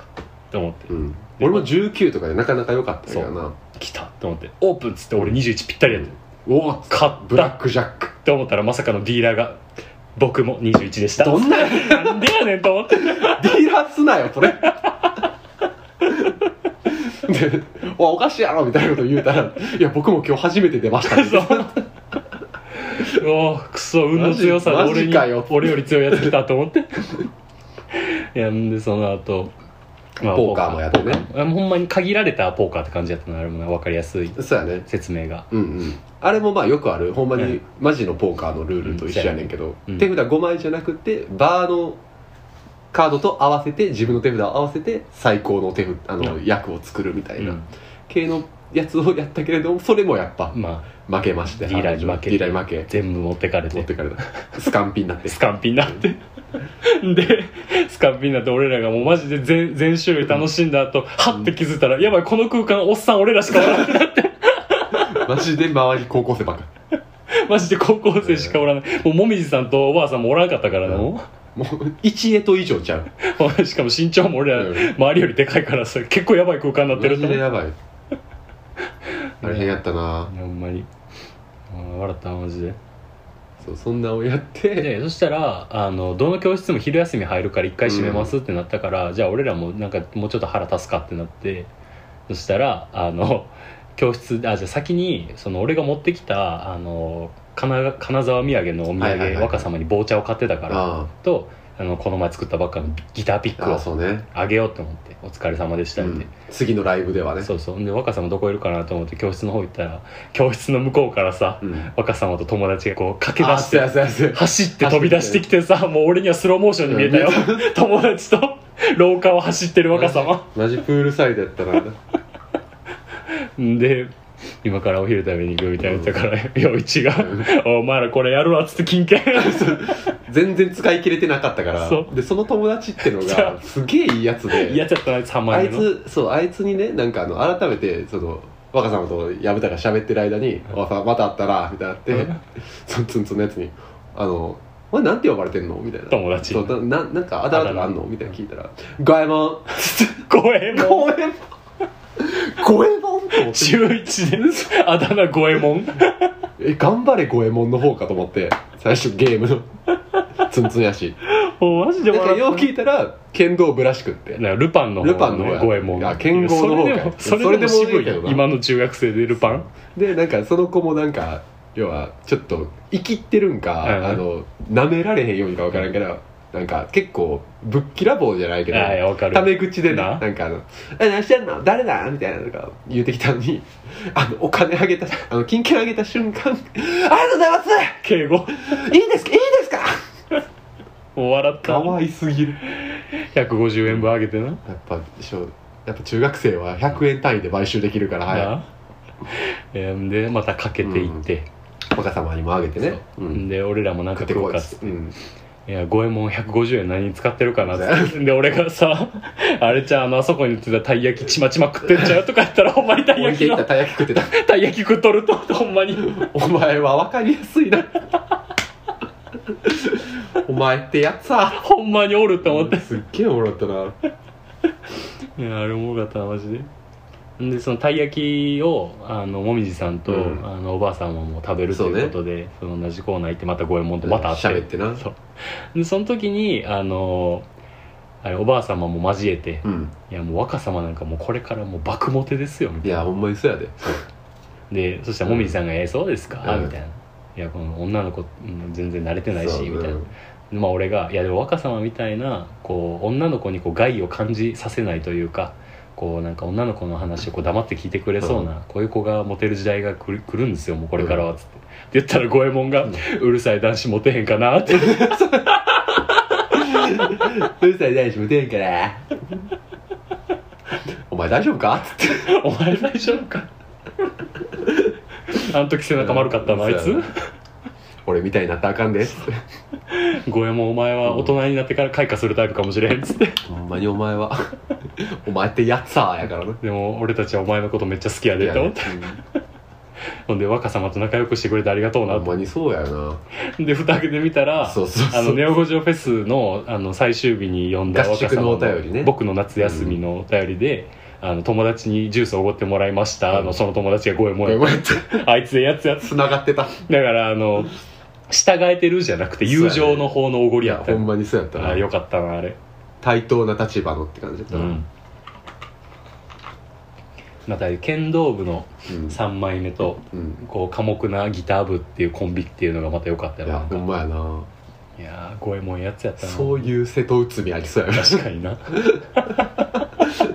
[SPEAKER 1] と思って
[SPEAKER 2] うん、俺も19とかでなかなか良かったんや
[SPEAKER 1] そ
[SPEAKER 2] な
[SPEAKER 1] 来たと思ってオープンっつって俺21ぴったりやった
[SPEAKER 2] おお
[SPEAKER 1] 買った
[SPEAKER 2] ブラックジャック
[SPEAKER 1] と思ったらまさかのディーラーが僕も21でした
[SPEAKER 2] ど
[SPEAKER 1] [LAUGHS]
[SPEAKER 2] んなデ
[SPEAKER 1] なんでやねんと思って
[SPEAKER 2] ィーラーすなよそれでおおかししやろみたいなこと言うたら「いや僕も今日初めて出ました」
[SPEAKER 1] [LAUGHS]
[SPEAKER 2] みたいな [LAUGHS]
[SPEAKER 1] おーくそ運の強さで
[SPEAKER 2] マジ
[SPEAKER 1] 俺に
[SPEAKER 2] マジかよ
[SPEAKER 1] 俺より強いやつ来たと思って [LAUGHS] いやんでその後、まあ
[SPEAKER 2] ポーカーもやってね
[SPEAKER 1] ポーカーもほんまに限られたポーカーって感じやったのあれもな分かりやすい
[SPEAKER 2] そうやね
[SPEAKER 1] 説明が
[SPEAKER 2] うんうんあれもまあよくあるほんま
[SPEAKER 1] うん
[SPEAKER 2] にマジのポーカーのルールと一緒やねんけど、
[SPEAKER 1] うん
[SPEAKER 2] 手札5枚じゃなくてバーのカードと合わせて自分の手札を合わせて最高の手札あの、
[SPEAKER 1] うん
[SPEAKER 2] 役を作るみたいな、
[SPEAKER 1] うん
[SPEAKER 2] 系のやつをやったけれどもそれもやっぱ
[SPEAKER 1] ま
[SPEAKER 2] 負けまし
[SPEAKER 1] あ
[SPEAKER 2] て
[SPEAKER 1] リーラーに負け
[SPEAKER 2] リ
[SPEAKER 1] て
[SPEAKER 2] ーラーに負け
[SPEAKER 1] 全部持ってかれ
[SPEAKER 2] 持っててかれたスカンピンになって
[SPEAKER 1] スカンピになってでスカンピになって俺らがもうマジで全全種類楽しんだ後、ハッて気づいたら、やばいこの空間おっさん俺らしかおらん [LAUGHS]
[SPEAKER 2] マジで周り高校生ばっか
[SPEAKER 1] マジで高校生しかおらない、もうもみじさんとおばあさんもおらんかったからな、
[SPEAKER 2] うん
[SPEAKER 1] もう
[SPEAKER 2] もう1エト以上ちゃう
[SPEAKER 1] しかも身長も俺ら
[SPEAKER 2] うん
[SPEAKER 1] 周りよりでかいからさ結構やばい空間になって
[SPEAKER 2] マ
[SPEAKER 1] る
[SPEAKER 2] ジ
[SPEAKER 1] と思
[SPEAKER 2] で
[SPEAKER 1] う
[SPEAKER 2] や
[SPEAKER 1] [LAUGHS]
[SPEAKER 2] ばい大変やったない
[SPEAKER 1] やほんまにあー笑ったマジで
[SPEAKER 2] そうそんなをやって
[SPEAKER 1] でそしたらあのどの教室も昼休み入るから一回閉めますってなったから、じゃあ俺らもなんかもうちょっと腹立つかってなってそしたらあの教室あじゃあ先にその俺が持ってきたあの金金沢土産のお土産、
[SPEAKER 2] はいはいはい
[SPEAKER 1] 若様に棒茶を買ってたから
[SPEAKER 2] あ
[SPEAKER 1] とあのこの前作ったばっかのギターピッ
[SPEAKER 2] あ
[SPEAKER 1] ク
[SPEAKER 2] ああ
[SPEAKER 1] を
[SPEAKER 2] そうね、
[SPEAKER 1] あげようと思って「お疲れ様でした」
[SPEAKER 2] う
[SPEAKER 1] って
[SPEAKER 2] ん、次のライブではね
[SPEAKER 1] そうそうで若様どこいるかなと思って教室の方行ったら教室の向こうからさ
[SPEAKER 2] うん
[SPEAKER 1] 若様と友達がこう駆け
[SPEAKER 2] あ
[SPEAKER 1] 出して
[SPEAKER 2] そうやそうやそうや
[SPEAKER 1] 走って飛び出してきてさもう俺にはスローモーションに見えたよ [LAUGHS] 友達と廊下を走ってる若様
[SPEAKER 2] マジプールサイドやったな
[SPEAKER 1] んで今からお昼食べに行くみたいな言ったから陽一が「お前らこれやるわ」っつって金 [LAUGHS] 券
[SPEAKER 2] 全然使い切れてなかったから
[SPEAKER 1] そう
[SPEAKER 2] でその友達っ
[SPEAKER 1] [LAUGHS]
[SPEAKER 2] ての
[SPEAKER 1] そ
[SPEAKER 2] がすげえいいやつで
[SPEAKER 1] やっちゃったな3
[SPEAKER 2] あ
[SPEAKER 1] 万
[SPEAKER 2] い
[SPEAKER 1] 円の
[SPEAKER 2] つそうあいつにねなんかあの改めてその若様と薮田が喋ってる間に「おさまた会ったら」みたいなって
[SPEAKER 1] うん
[SPEAKER 2] [LAUGHS] そのツンツンのやつに「あのお前なんて呼ばれてんの?」みたいな
[SPEAKER 1] 友達
[SPEAKER 2] そうなななんかあだ名とかあんのみたいな聞いたら「五右衛門」
[SPEAKER 1] 五右衛
[SPEAKER 2] 「
[SPEAKER 1] 門
[SPEAKER 2] 五右衛門」「五右衛門」と思って
[SPEAKER 1] 中一であだ名五右衛門
[SPEAKER 2] 「え頑張れ五右衛門」の方かと思って最初ゲームのツンツンやし
[SPEAKER 1] もうマジで
[SPEAKER 2] なんか
[SPEAKER 1] 笑
[SPEAKER 2] よう
[SPEAKER 1] っ
[SPEAKER 2] 聞いたら剣道部らしくって
[SPEAKER 1] たなんかルパンの
[SPEAKER 2] ルパンの方
[SPEAKER 1] ね
[SPEAKER 2] や
[SPEAKER 1] 五右衛門
[SPEAKER 2] あ剣豪の方か
[SPEAKER 1] それでもそれでも
[SPEAKER 2] それでも
[SPEAKER 1] 渋
[SPEAKER 2] いいけど
[SPEAKER 1] い
[SPEAKER 2] な
[SPEAKER 1] 今の中学生でルパン
[SPEAKER 2] でなんかその子もなんか要はちょっと生きってるんか、
[SPEAKER 1] うん
[SPEAKER 2] あの舐められへんようにか分からんけど、なんか結構ぶっきらぼうじゃないけど
[SPEAKER 1] あいやわかる
[SPEAKER 2] タメ口でな
[SPEAKER 1] な
[SPEAKER 2] なんかあの「え何してんの誰だ?」みたいなのが言うてきたのにあのお金あげたあの金券あげた瞬間「ありがとうございま
[SPEAKER 1] 敬語
[SPEAKER 2] すいいですかいいですか!
[SPEAKER 1] もう笑っ」た
[SPEAKER 2] かわいすぎ
[SPEAKER 1] [LAUGHS]
[SPEAKER 2] る
[SPEAKER 1] 150円分あげてな
[SPEAKER 2] やっぱしょやっぱ中学生は100円単位で買収できるからは
[SPEAKER 1] な [LAUGHS] えーでまたかけていって、
[SPEAKER 2] い若様にもあげてね
[SPEAKER 1] そう
[SPEAKER 2] うん
[SPEAKER 1] で俺らもなんか
[SPEAKER 2] 食って
[SPEAKER 1] 食お
[SPEAKER 2] こ
[SPEAKER 1] う
[SPEAKER 2] い
[SPEAKER 1] かっつって
[SPEAKER 2] うん
[SPEAKER 1] いや五右衛門150円何に使ってるかなっ
[SPEAKER 2] [LAUGHS]
[SPEAKER 1] つってで俺がさ [LAUGHS] 「あれちゃんあのあそこに売ってたたい焼きちまちま食ってんちゃう?」とか言ったらほんまにたい
[SPEAKER 2] 置い
[SPEAKER 1] 焼
[SPEAKER 2] て
[SPEAKER 1] き
[SPEAKER 2] いった
[SPEAKER 1] の
[SPEAKER 2] たい焼き食ってた
[SPEAKER 1] たい焼き食っとると [LAUGHS] ほんまに
[SPEAKER 2] お前は分かりやすいなお前ってやつさ
[SPEAKER 1] ほんまにおると思って
[SPEAKER 2] すっげえおもろかったない
[SPEAKER 1] やあれおもろかったなマジででそのたい焼きをあのもみじさんと、
[SPEAKER 2] うん
[SPEAKER 1] あのおばあさんはもう食べるということでそ、の同じコーナー行ってまた五右衛門とまた会って
[SPEAKER 2] 喋ってな
[SPEAKER 1] そうでその時にあのあれおばあ様も交えて
[SPEAKER 2] うん
[SPEAKER 1] 「いやもう若様なんかもうこれからもう爆モテですよ」みた
[SPEAKER 2] い
[SPEAKER 1] い
[SPEAKER 2] やほんまにそうやで
[SPEAKER 1] なでそしたらもみじさんが「えそうですか?」
[SPEAKER 2] うん
[SPEAKER 1] みたいな「いやこの女の子、うん全然慣れてない
[SPEAKER 2] そう
[SPEAKER 1] し」みたいな
[SPEAKER 2] うん
[SPEAKER 1] でまあ俺が「いやでも若様みたいなこう女の子にこう害を感じさせないというかこうなんか女の子の話をこう黙って聞いてくれそうな、こういう子がモテる時代が来る来るんですよもうこれからは」つって。って言ったら五右衛門が「うるさい男子モテへんかな」
[SPEAKER 2] [LAUGHS]
[SPEAKER 1] って
[SPEAKER 2] うるさい大丈夫出んからお前大丈夫かっつって
[SPEAKER 1] お前大丈夫かあの時背中丸かったのあい
[SPEAKER 2] そうや
[SPEAKER 1] つ
[SPEAKER 2] な俺みたいになったらあかんでっつって
[SPEAKER 1] 五右衛門お前は大人になってから開花するタイプかもしれんっつって
[SPEAKER 2] ほんまにお前はお前ってやつさやからな
[SPEAKER 1] でも俺たちはお前のことめっちゃ好きやでと思ってほんで若様と仲良くしてくれてありがとう
[SPEAKER 2] うんほ
[SPEAKER 1] なんと
[SPEAKER 2] まにそうやよ
[SPEAKER 1] で蓋開けてみたら
[SPEAKER 2] なそうそうそう
[SPEAKER 1] あのネオ五条フェスのあの最終日に呼んだ
[SPEAKER 2] 合宿のお便りね
[SPEAKER 1] 僕の夏休みのお便りで、あの友達にジュースおごってもらいました、あのその友達が五右衛
[SPEAKER 2] お
[SPEAKER 1] 門
[SPEAKER 2] 前
[SPEAKER 1] や
[SPEAKER 2] こうやって
[SPEAKER 1] あいつええやつやつ
[SPEAKER 2] 繋がってた
[SPEAKER 1] だからあの従えてるじゃなくて友情の方のおご
[SPEAKER 2] い
[SPEAKER 1] りや
[SPEAKER 2] や
[SPEAKER 1] った
[SPEAKER 2] ほ
[SPEAKER 1] よ
[SPEAKER 2] んまにそうやった
[SPEAKER 1] あ
[SPEAKER 2] な
[SPEAKER 1] よかったなあれ
[SPEAKER 2] 対等な立場のって感じだった
[SPEAKER 1] う
[SPEAKER 2] な、
[SPEAKER 1] んまた剣道部の
[SPEAKER 2] うん
[SPEAKER 1] 3枚目と
[SPEAKER 2] うん
[SPEAKER 1] こう寡黙なギター部っていうコンビっていうのがまた良かった
[SPEAKER 2] い
[SPEAKER 1] よ
[SPEAKER 2] や
[SPEAKER 1] なん
[SPEAKER 2] ほん
[SPEAKER 1] か
[SPEAKER 2] まやない
[SPEAKER 1] やー五右衛門やつやったな
[SPEAKER 2] そういう瀬戸内海ありそうやな
[SPEAKER 1] 確かにな
[SPEAKER 2] [LAUGHS]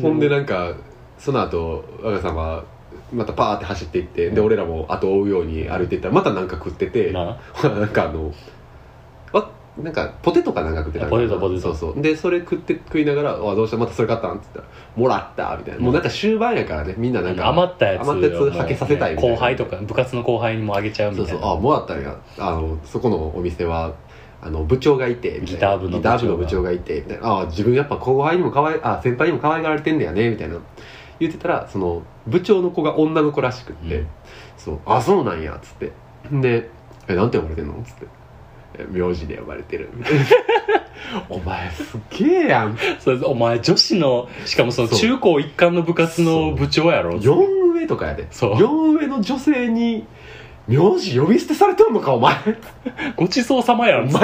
[SPEAKER 2] ほんで
[SPEAKER 1] な
[SPEAKER 2] なんかその後我が様またパーって走っていってで俺らも後を追うように歩いていったらまたなんか食ってて
[SPEAKER 1] な
[SPEAKER 2] ほらなんかあのわなんかポテトかなんか食ってたのかな
[SPEAKER 1] あポテトポテト
[SPEAKER 2] そうそうでそれ食って食いながら「あどうしたまたそれ買ったん?」って言ったら「もらった」みたいなもうなんか終盤やからねみんななんか
[SPEAKER 1] 余ったやつを
[SPEAKER 2] 余ったやつはけさせたいみたいな
[SPEAKER 1] 後輩とか部活の後輩にもあげちゃうみ
[SPEAKER 2] そ
[SPEAKER 1] たいうな
[SPEAKER 2] そうあもらったんやあのそこのお店はあの部長がいてみたいな
[SPEAKER 1] ギター部の部長
[SPEAKER 2] ギタ
[SPEAKER 1] が
[SPEAKER 2] ー部の部長がいてみたいなあ自分やっぱ後輩にも可愛いあ先輩にも可愛がられてんだよねみたいな言ってたらその部長の子が女の子らしくって、
[SPEAKER 1] うん
[SPEAKER 2] そうあそうなんやっつってで「えなんて呼ばれてんの?」っつってえ「名字で呼ばれてる」 [LAUGHS] みたいなお前すげえやん
[SPEAKER 1] そうお前女子のしかもその
[SPEAKER 2] そう
[SPEAKER 1] 中高一貫の部活の部長やろ
[SPEAKER 2] 4上とかやで
[SPEAKER 1] そう
[SPEAKER 2] 4上の女性に名字呼び捨てされてんのかお前
[SPEAKER 1] ごちそうさまや
[SPEAKER 2] お
[SPEAKER 1] ん
[SPEAKER 2] 前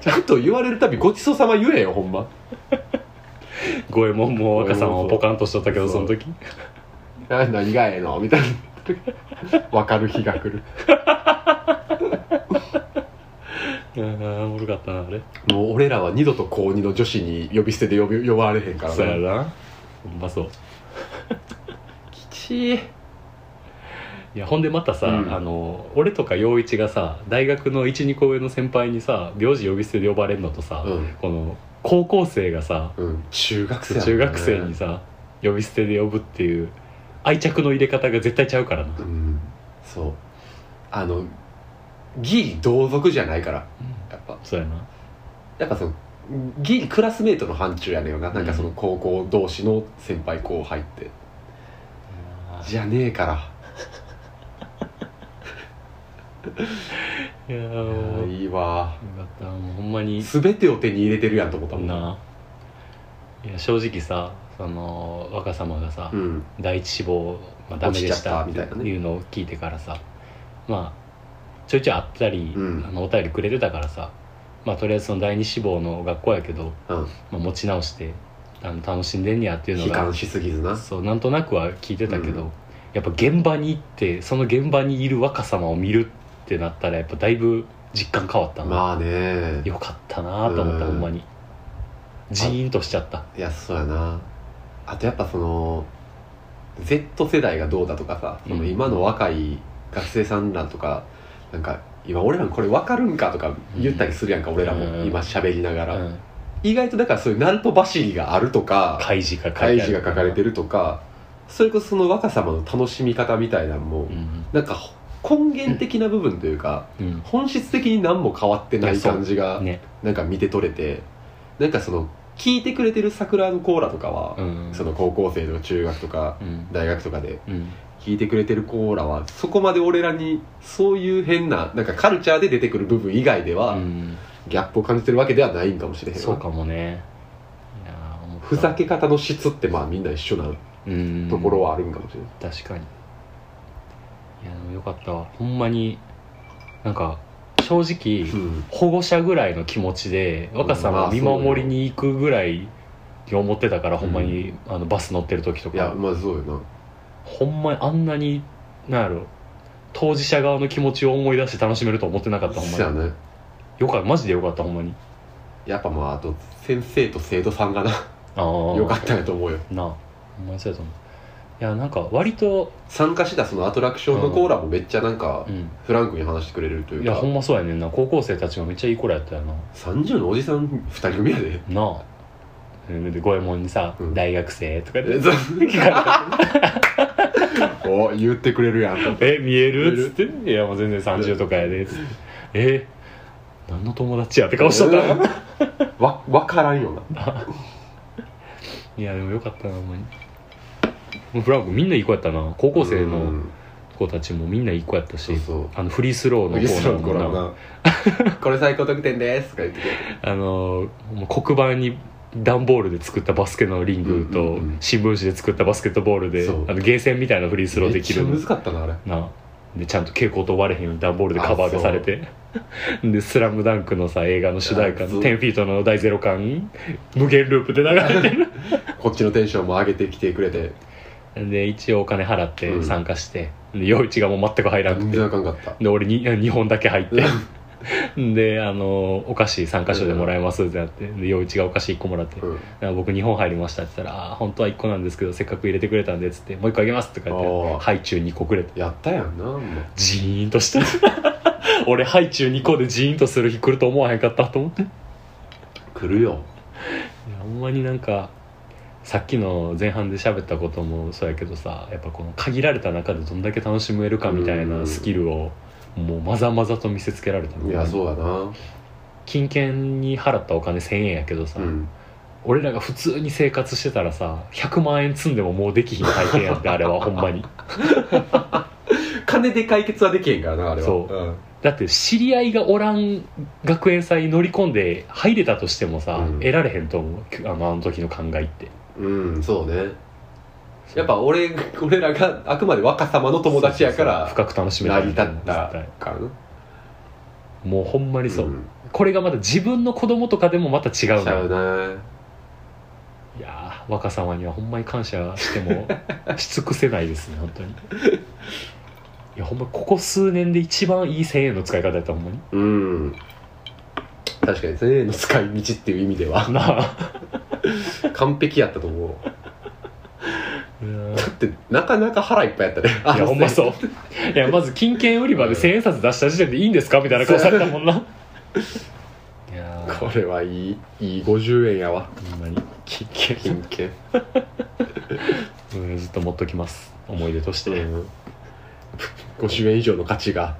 [SPEAKER 2] ちゃんと言われるたびごちそうさま言えよほんま
[SPEAKER 1] 五右衛門も若さんもポカンとしとったけど
[SPEAKER 2] そ
[SPEAKER 1] そうの時
[SPEAKER 2] あ何がええのみたいな分かる日が来る
[SPEAKER 1] あーおもろかったなあれ
[SPEAKER 2] もう俺らは二度と高2の女子に呼び捨てで呼び呼ばれへんから
[SPEAKER 1] そうや
[SPEAKER 2] ね
[SPEAKER 1] なほんま [LAUGHS] そう
[SPEAKER 2] きちい
[SPEAKER 1] いやほんでまたさ、
[SPEAKER 2] うん
[SPEAKER 1] あの俺とか陽一がさ大学の12個上の先輩にさ名字呼び捨てで呼ばれるのとさ、
[SPEAKER 2] うん、
[SPEAKER 1] この高校生がさ
[SPEAKER 2] うん、中学生やもんね
[SPEAKER 1] 中学生にさ呼び捨てで呼ぶっていう愛着の入れ方が絶対ちゃうからな、
[SPEAKER 2] うんそうあのギリ同族じゃないからやっぱ
[SPEAKER 1] そうやな
[SPEAKER 2] やっぱそのギリクラスメートの範疇やねんよななんかその高校同士の先輩後輩ってじゃねえから
[SPEAKER 1] いや
[SPEAKER 2] いや
[SPEAKER 1] ーよ
[SPEAKER 2] ーいいわ
[SPEAKER 1] かったもうほんまに
[SPEAKER 2] 全てを手に入れてるやんと思った
[SPEAKER 1] そ
[SPEAKER 2] も
[SPEAKER 1] ん
[SPEAKER 2] ん
[SPEAKER 1] ないや正直さその若様がさ、
[SPEAKER 2] うん
[SPEAKER 1] 第一志望、まあ、ダメで
[SPEAKER 2] 落ち
[SPEAKER 1] し
[SPEAKER 2] ちゃった
[SPEAKER 1] た
[SPEAKER 2] み
[SPEAKER 1] み
[SPEAKER 2] た
[SPEAKER 1] た
[SPEAKER 2] い
[SPEAKER 1] い
[SPEAKER 2] な
[SPEAKER 1] な
[SPEAKER 2] ね
[SPEAKER 1] いうのを聞いてからさまあちょいちょいあったり、
[SPEAKER 2] うん
[SPEAKER 1] あのお便りくれてたからさまあとりあえずその第二志望の学校やけど、
[SPEAKER 2] うん
[SPEAKER 1] まあ、持ち直してあの楽しんでんねやっていうの
[SPEAKER 2] 悲
[SPEAKER 1] が
[SPEAKER 2] 観しすぎずな
[SPEAKER 1] そうなんとなくは聞いてたけど、
[SPEAKER 2] うん
[SPEAKER 1] やっぱ現場に行ってその現場にいる若様を見るってなったらやっぱだいぶ実感変わったな、
[SPEAKER 2] まあね
[SPEAKER 1] よかったなと思った、
[SPEAKER 2] うん
[SPEAKER 1] ほんまにジーンとしちゃった
[SPEAKER 2] いやそうやなあとやっぱその Z 世代がどうだとかさそ
[SPEAKER 1] う
[SPEAKER 2] の
[SPEAKER 1] ん
[SPEAKER 2] 今の若い学生さんらとか、なんか今俺らもこれ分かるんかとか言ったりするやんか、俺らも
[SPEAKER 1] うん
[SPEAKER 2] 今喋りながら、
[SPEAKER 1] うん
[SPEAKER 2] 意外とだからそういうナルト走りがあるとか
[SPEAKER 1] 開示が書
[SPEAKER 2] 開
[SPEAKER 1] いてある
[SPEAKER 2] 示が書かれてるとかそれこそその若様の楽しみ方みたいなのも、
[SPEAKER 1] うん
[SPEAKER 2] なんか根源的な部分というか、
[SPEAKER 1] うん
[SPEAKER 2] 本質的に何も変わってないい
[SPEAKER 1] やそう
[SPEAKER 2] 感じが
[SPEAKER 1] ね
[SPEAKER 2] なんか見て取れてなんかその聞いてくれてる桜のコーラとかは、
[SPEAKER 1] うん
[SPEAKER 2] その高校生とか中学とか
[SPEAKER 1] うん
[SPEAKER 2] 大学とかで
[SPEAKER 1] うん
[SPEAKER 2] 聞いてくれてるコーラはそこまで俺らにそういう変ななんかカルチャーで出てくる部分以外では、
[SPEAKER 1] うん
[SPEAKER 2] ギャップを感じてるわけではないんかもしれへんわ
[SPEAKER 1] そうかもねいやー思った
[SPEAKER 2] ふざけ方の質ってまあみんな一緒な
[SPEAKER 1] うん
[SPEAKER 2] ところはあるんかもしれない、
[SPEAKER 1] 確かにいやでもよかったわほんまになんか正直、
[SPEAKER 2] うん
[SPEAKER 1] 保護者ぐらいの気持ちで
[SPEAKER 2] うん
[SPEAKER 1] 若さ
[SPEAKER 2] まあ
[SPEAKER 1] ま見守りに行くぐらいに思ってたから、ほんまにあのバス乗ってる時と
[SPEAKER 2] いや
[SPEAKER 1] か
[SPEAKER 2] まあそうよな
[SPEAKER 1] ほんまにあんなになんやろ当事者側の気持ちを思い出して楽しめると思ってなかったほん
[SPEAKER 2] そ
[SPEAKER 1] ま
[SPEAKER 2] うや
[SPEAKER 1] に
[SPEAKER 2] ね
[SPEAKER 1] よかったマジでよかったほんまに
[SPEAKER 2] やっぱまああと先生と生徒さんがな
[SPEAKER 1] ああ
[SPEAKER 2] よかったんやと思うよ
[SPEAKER 1] たなあほんまにそうやと思ういやなんか割と、
[SPEAKER 2] 参加したそのアトラクションのコーラもめっちゃなんか
[SPEAKER 1] うん、
[SPEAKER 2] フランクに話してくれるという
[SPEAKER 1] い
[SPEAKER 2] か
[SPEAKER 1] やほんまそうやねんな高校生たちもめっちゃいい子らやったよな
[SPEAKER 2] 30のおじさん2人組やで
[SPEAKER 1] なあうんで五右衛門にさ、
[SPEAKER 2] うん
[SPEAKER 1] 大学生」とか言って
[SPEAKER 2] [LAUGHS] お言ってくれるや
[SPEAKER 1] 「
[SPEAKER 2] ん
[SPEAKER 1] え見え
[SPEAKER 2] 見える
[SPEAKER 1] る?」っつって「いやもう全然30とかやで」っつって「え何の友達や?」って顔しとった
[SPEAKER 2] わ分からんよない
[SPEAKER 1] やでもよかったなほんまにもうフランクみんないい子やったな高校生
[SPEAKER 2] う
[SPEAKER 1] の
[SPEAKER 2] ん
[SPEAKER 1] 子たちもみんないい子やったし、
[SPEAKER 2] そうそう
[SPEAKER 1] あのフリースローのコ
[SPEAKER 2] ゲストの
[SPEAKER 1] ー
[SPEAKER 2] コー
[SPEAKER 1] ナ
[SPEAKER 2] ラ
[SPEAKER 1] ーもな
[SPEAKER 2] もなこれ最高得点ですとか言ってくれて
[SPEAKER 1] あのもう黒板に段ボールで作ったバスケのリング
[SPEAKER 2] うん
[SPEAKER 1] と
[SPEAKER 2] うんうん
[SPEAKER 1] 新聞紙で作ったバスケットボールで、
[SPEAKER 2] そう
[SPEAKER 1] あのゲーセンみたいなフリースロー
[SPEAKER 2] め
[SPEAKER 1] で
[SPEAKER 2] っ
[SPEAKER 1] き
[SPEAKER 2] ちゃ
[SPEAKER 1] る
[SPEAKER 2] 難かったなあれ
[SPEAKER 1] なでちゃんと蛍光と割れへんように段ボールでカバーがされてで「スラムダンクのさ映画の主題歌
[SPEAKER 2] あ
[SPEAKER 1] の
[SPEAKER 2] そう
[SPEAKER 1] 10フィートの第ゼロ感無限ループで流れて
[SPEAKER 2] [LAUGHS]
[SPEAKER 1] る
[SPEAKER 2] こっちのテンションも上げてきてくれて
[SPEAKER 1] で一応お金払って
[SPEAKER 2] うん
[SPEAKER 1] 参加して、で陽一がもう全く入らなく
[SPEAKER 2] 全
[SPEAKER 1] て
[SPEAKER 2] 然あかんかった
[SPEAKER 1] で俺に2本だけ入ってであのお菓子3か所でもらえますってなってで陽一がお菓子1個もらって
[SPEAKER 2] う
[SPEAKER 1] 「
[SPEAKER 2] ん
[SPEAKER 1] 僕2本入りました」って言ったら「あー本当は1個なんですけどせっかく入れてくれたんで」っつって「もう1個あげます」とか言って
[SPEAKER 2] おー
[SPEAKER 1] ハイチュウ2個くれて
[SPEAKER 2] やったやんなもう
[SPEAKER 1] ジーンとした [LAUGHS] 俺ハイチュウ2個でジーンとする日来ると思わへんかったと思ってい
[SPEAKER 2] 来るよ
[SPEAKER 1] やほんまになんかさっきの前半で喋ったこともそうやけどさやっぱこの限られた中でどんだけ楽しめるかみたいなスキルをもうまざまざと見せつけられた
[SPEAKER 2] いやそうだな
[SPEAKER 1] 金券に払ったお金1000円やけどさ、
[SPEAKER 2] うん
[SPEAKER 1] 俺らが普通に生活してたらさ100万円積んでももうできひん体験やってあれは [LAUGHS] ほんまに
[SPEAKER 2] 金で解決はできへんからなあれは
[SPEAKER 1] そうんだって知り合いがおらん学園祭乗り込んで入れたとしてもさ、
[SPEAKER 2] うん
[SPEAKER 1] 得られへんと思うあのあの時の考えって
[SPEAKER 2] うんそうねやっぱ俺俺らがあくまで若様の友達やか
[SPEAKER 1] そう
[SPEAKER 2] ら
[SPEAKER 1] そうそう深く楽しめ
[SPEAKER 2] 成
[SPEAKER 1] た
[SPEAKER 2] り立った
[SPEAKER 1] 絶
[SPEAKER 2] からな
[SPEAKER 1] 対もうほんまにそう、
[SPEAKER 2] ん
[SPEAKER 1] これがまた自分の子供とかでもまた違う
[SPEAKER 2] ちゃう
[SPEAKER 1] の
[SPEAKER 2] ない
[SPEAKER 1] やー若様にはほんまに感謝して [LAUGHS] もし尽くせないですね本当にいやほんまここ数年で一番いい1000円の使い方やったほんまに
[SPEAKER 2] うん確かに1000円の使い道っていう意味では
[SPEAKER 1] なあ
[SPEAKER 2] [LAUGHS] 完璧やったと思う
[SPEAKER 1] うん
[SPEAKER 2] だってなかなか腹いっぱいやったね
[SPEAKER 1] いやほんまそういやまず金券売り場で千円札出した時点でいいんですかみたいな顔されたもん [LAUGHS] ないやー
[SPEAKER 2] これはいいいい50円やわ
[SPEAKER 1] ほんまに金券
[SPEAKER 2] 金券
[SPEAKER 1] うんずっと持っときます思い出として、い
[SPEAKER 2] うん50円以上の価値が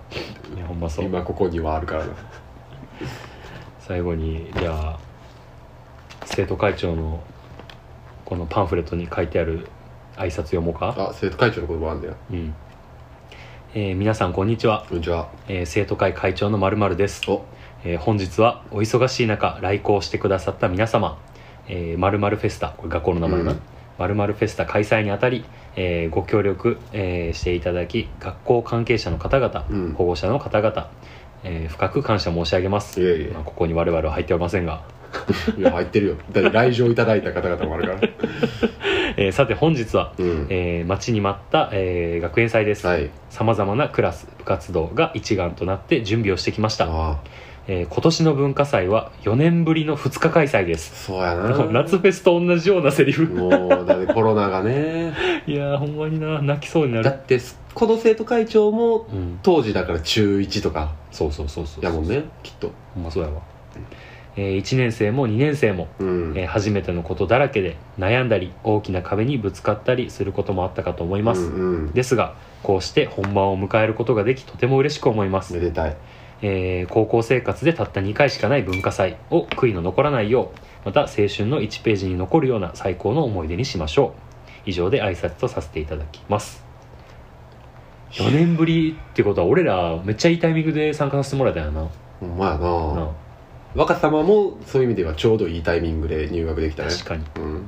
[SPEAKER 1] やほんまそう
[SPEAKER 2] 今ここにはあるからな
[SPEAKER 1] 最後にじゃあ生徒会長のこのパンフレットに書いてある挨拶読もうか、
[SPEAKER 2] あ生徒会長の言葉あんだよ
[SPEAKER 1] うんえー皆さんこんにちは、
[SPEAKER 2] こんにち [LAUGHS] は
[SPEAKER 1] えー生徒会会長のまるまるです
[SPEAKER 2] お
[SPEAKER 1] えー本日はお忙しい中来校してくださった皆様「まるまるフェスタ」これ学校の名前
[SPEAKER 2] う
[SPEAKER 1] なん「まるまるフェスタ」開催にあたり、えーご協力、えーしていただき学校関係者の方々、
[SPEAKER 2] うん
[SPEAKER 1] 保護者の方々、えー深く感謝申し上げます
[SPEAKER 2] いえいえ
[SPEAKER 1] まあここに我々は入っておりませんが、
[SPEAKER 2] いや入ってるよだって来場いただいた方々もあるから
[SPEAKER 1] えーさて本日は、
[SPEAKER 2] うん
[SPEAKER 1] えー待ちに待った、えー学園祭です
[SPEAKER 2] はい
[SPEAKER 1] さまざまなクラス部活動が一丸となって準備をしてきました、
[SPEAKER 2] あ
[SPEAKER 1] えー今年の文化祭は4年ぶりの2日開催です
[SPEAKER 2] あそうやな [LAUGHS]
[SPEAKER 1] 夏フェスと同じようなセリフ
[SPEAKER 2] もうだってコロナがね
[SPEAKER 1] いやーほんまにな泣きそうにな
[SPEAKER 2] だ
[SPEAKER 1] る
[SPEAKER 2] ってこの生徒会長も
[SPEAKER 1] うん
[SPEAKER 2] 当時だから中1とか
[SPEAKER 1] そうそうそうそう
[SPEAKER 2] やもんねきっと
[SPEAKER 1] ほんまそうやわ、えー、1年生も2年生も、
[SPEAKER 2] うん
[SPEAKER 1] えー初めてのことだらけで悩んだり大きな壁にぶつかったりすることもあったかと思います、
[SPEAKER 2] うん
[SPEAKER 1] ですがこうして本番を迎えることができとても嬉しく思いま
[SPEAKER 2] うん、
[SPEAKER 1] す
[SPEAKER 2] めでたい
[SPEAKER 1] えー高校生活でたった2回しかない文化祭を悔いの残らないようまた青春の1ページに残るような最高の思い出にしましょう以上で挨拶とさせていただきます4年ぶりってことは俺らめっちゃいいタイミングで参加させてもらったんやな
[SPEAKER 2] ほんまやな
[SPEAKER 1] な
[SPEAKER 2] 若様もそういう意味ではちょうどいいタイミングで入学できたね
[SPEAKER 1] 確かに
[SPEAKER 2] うん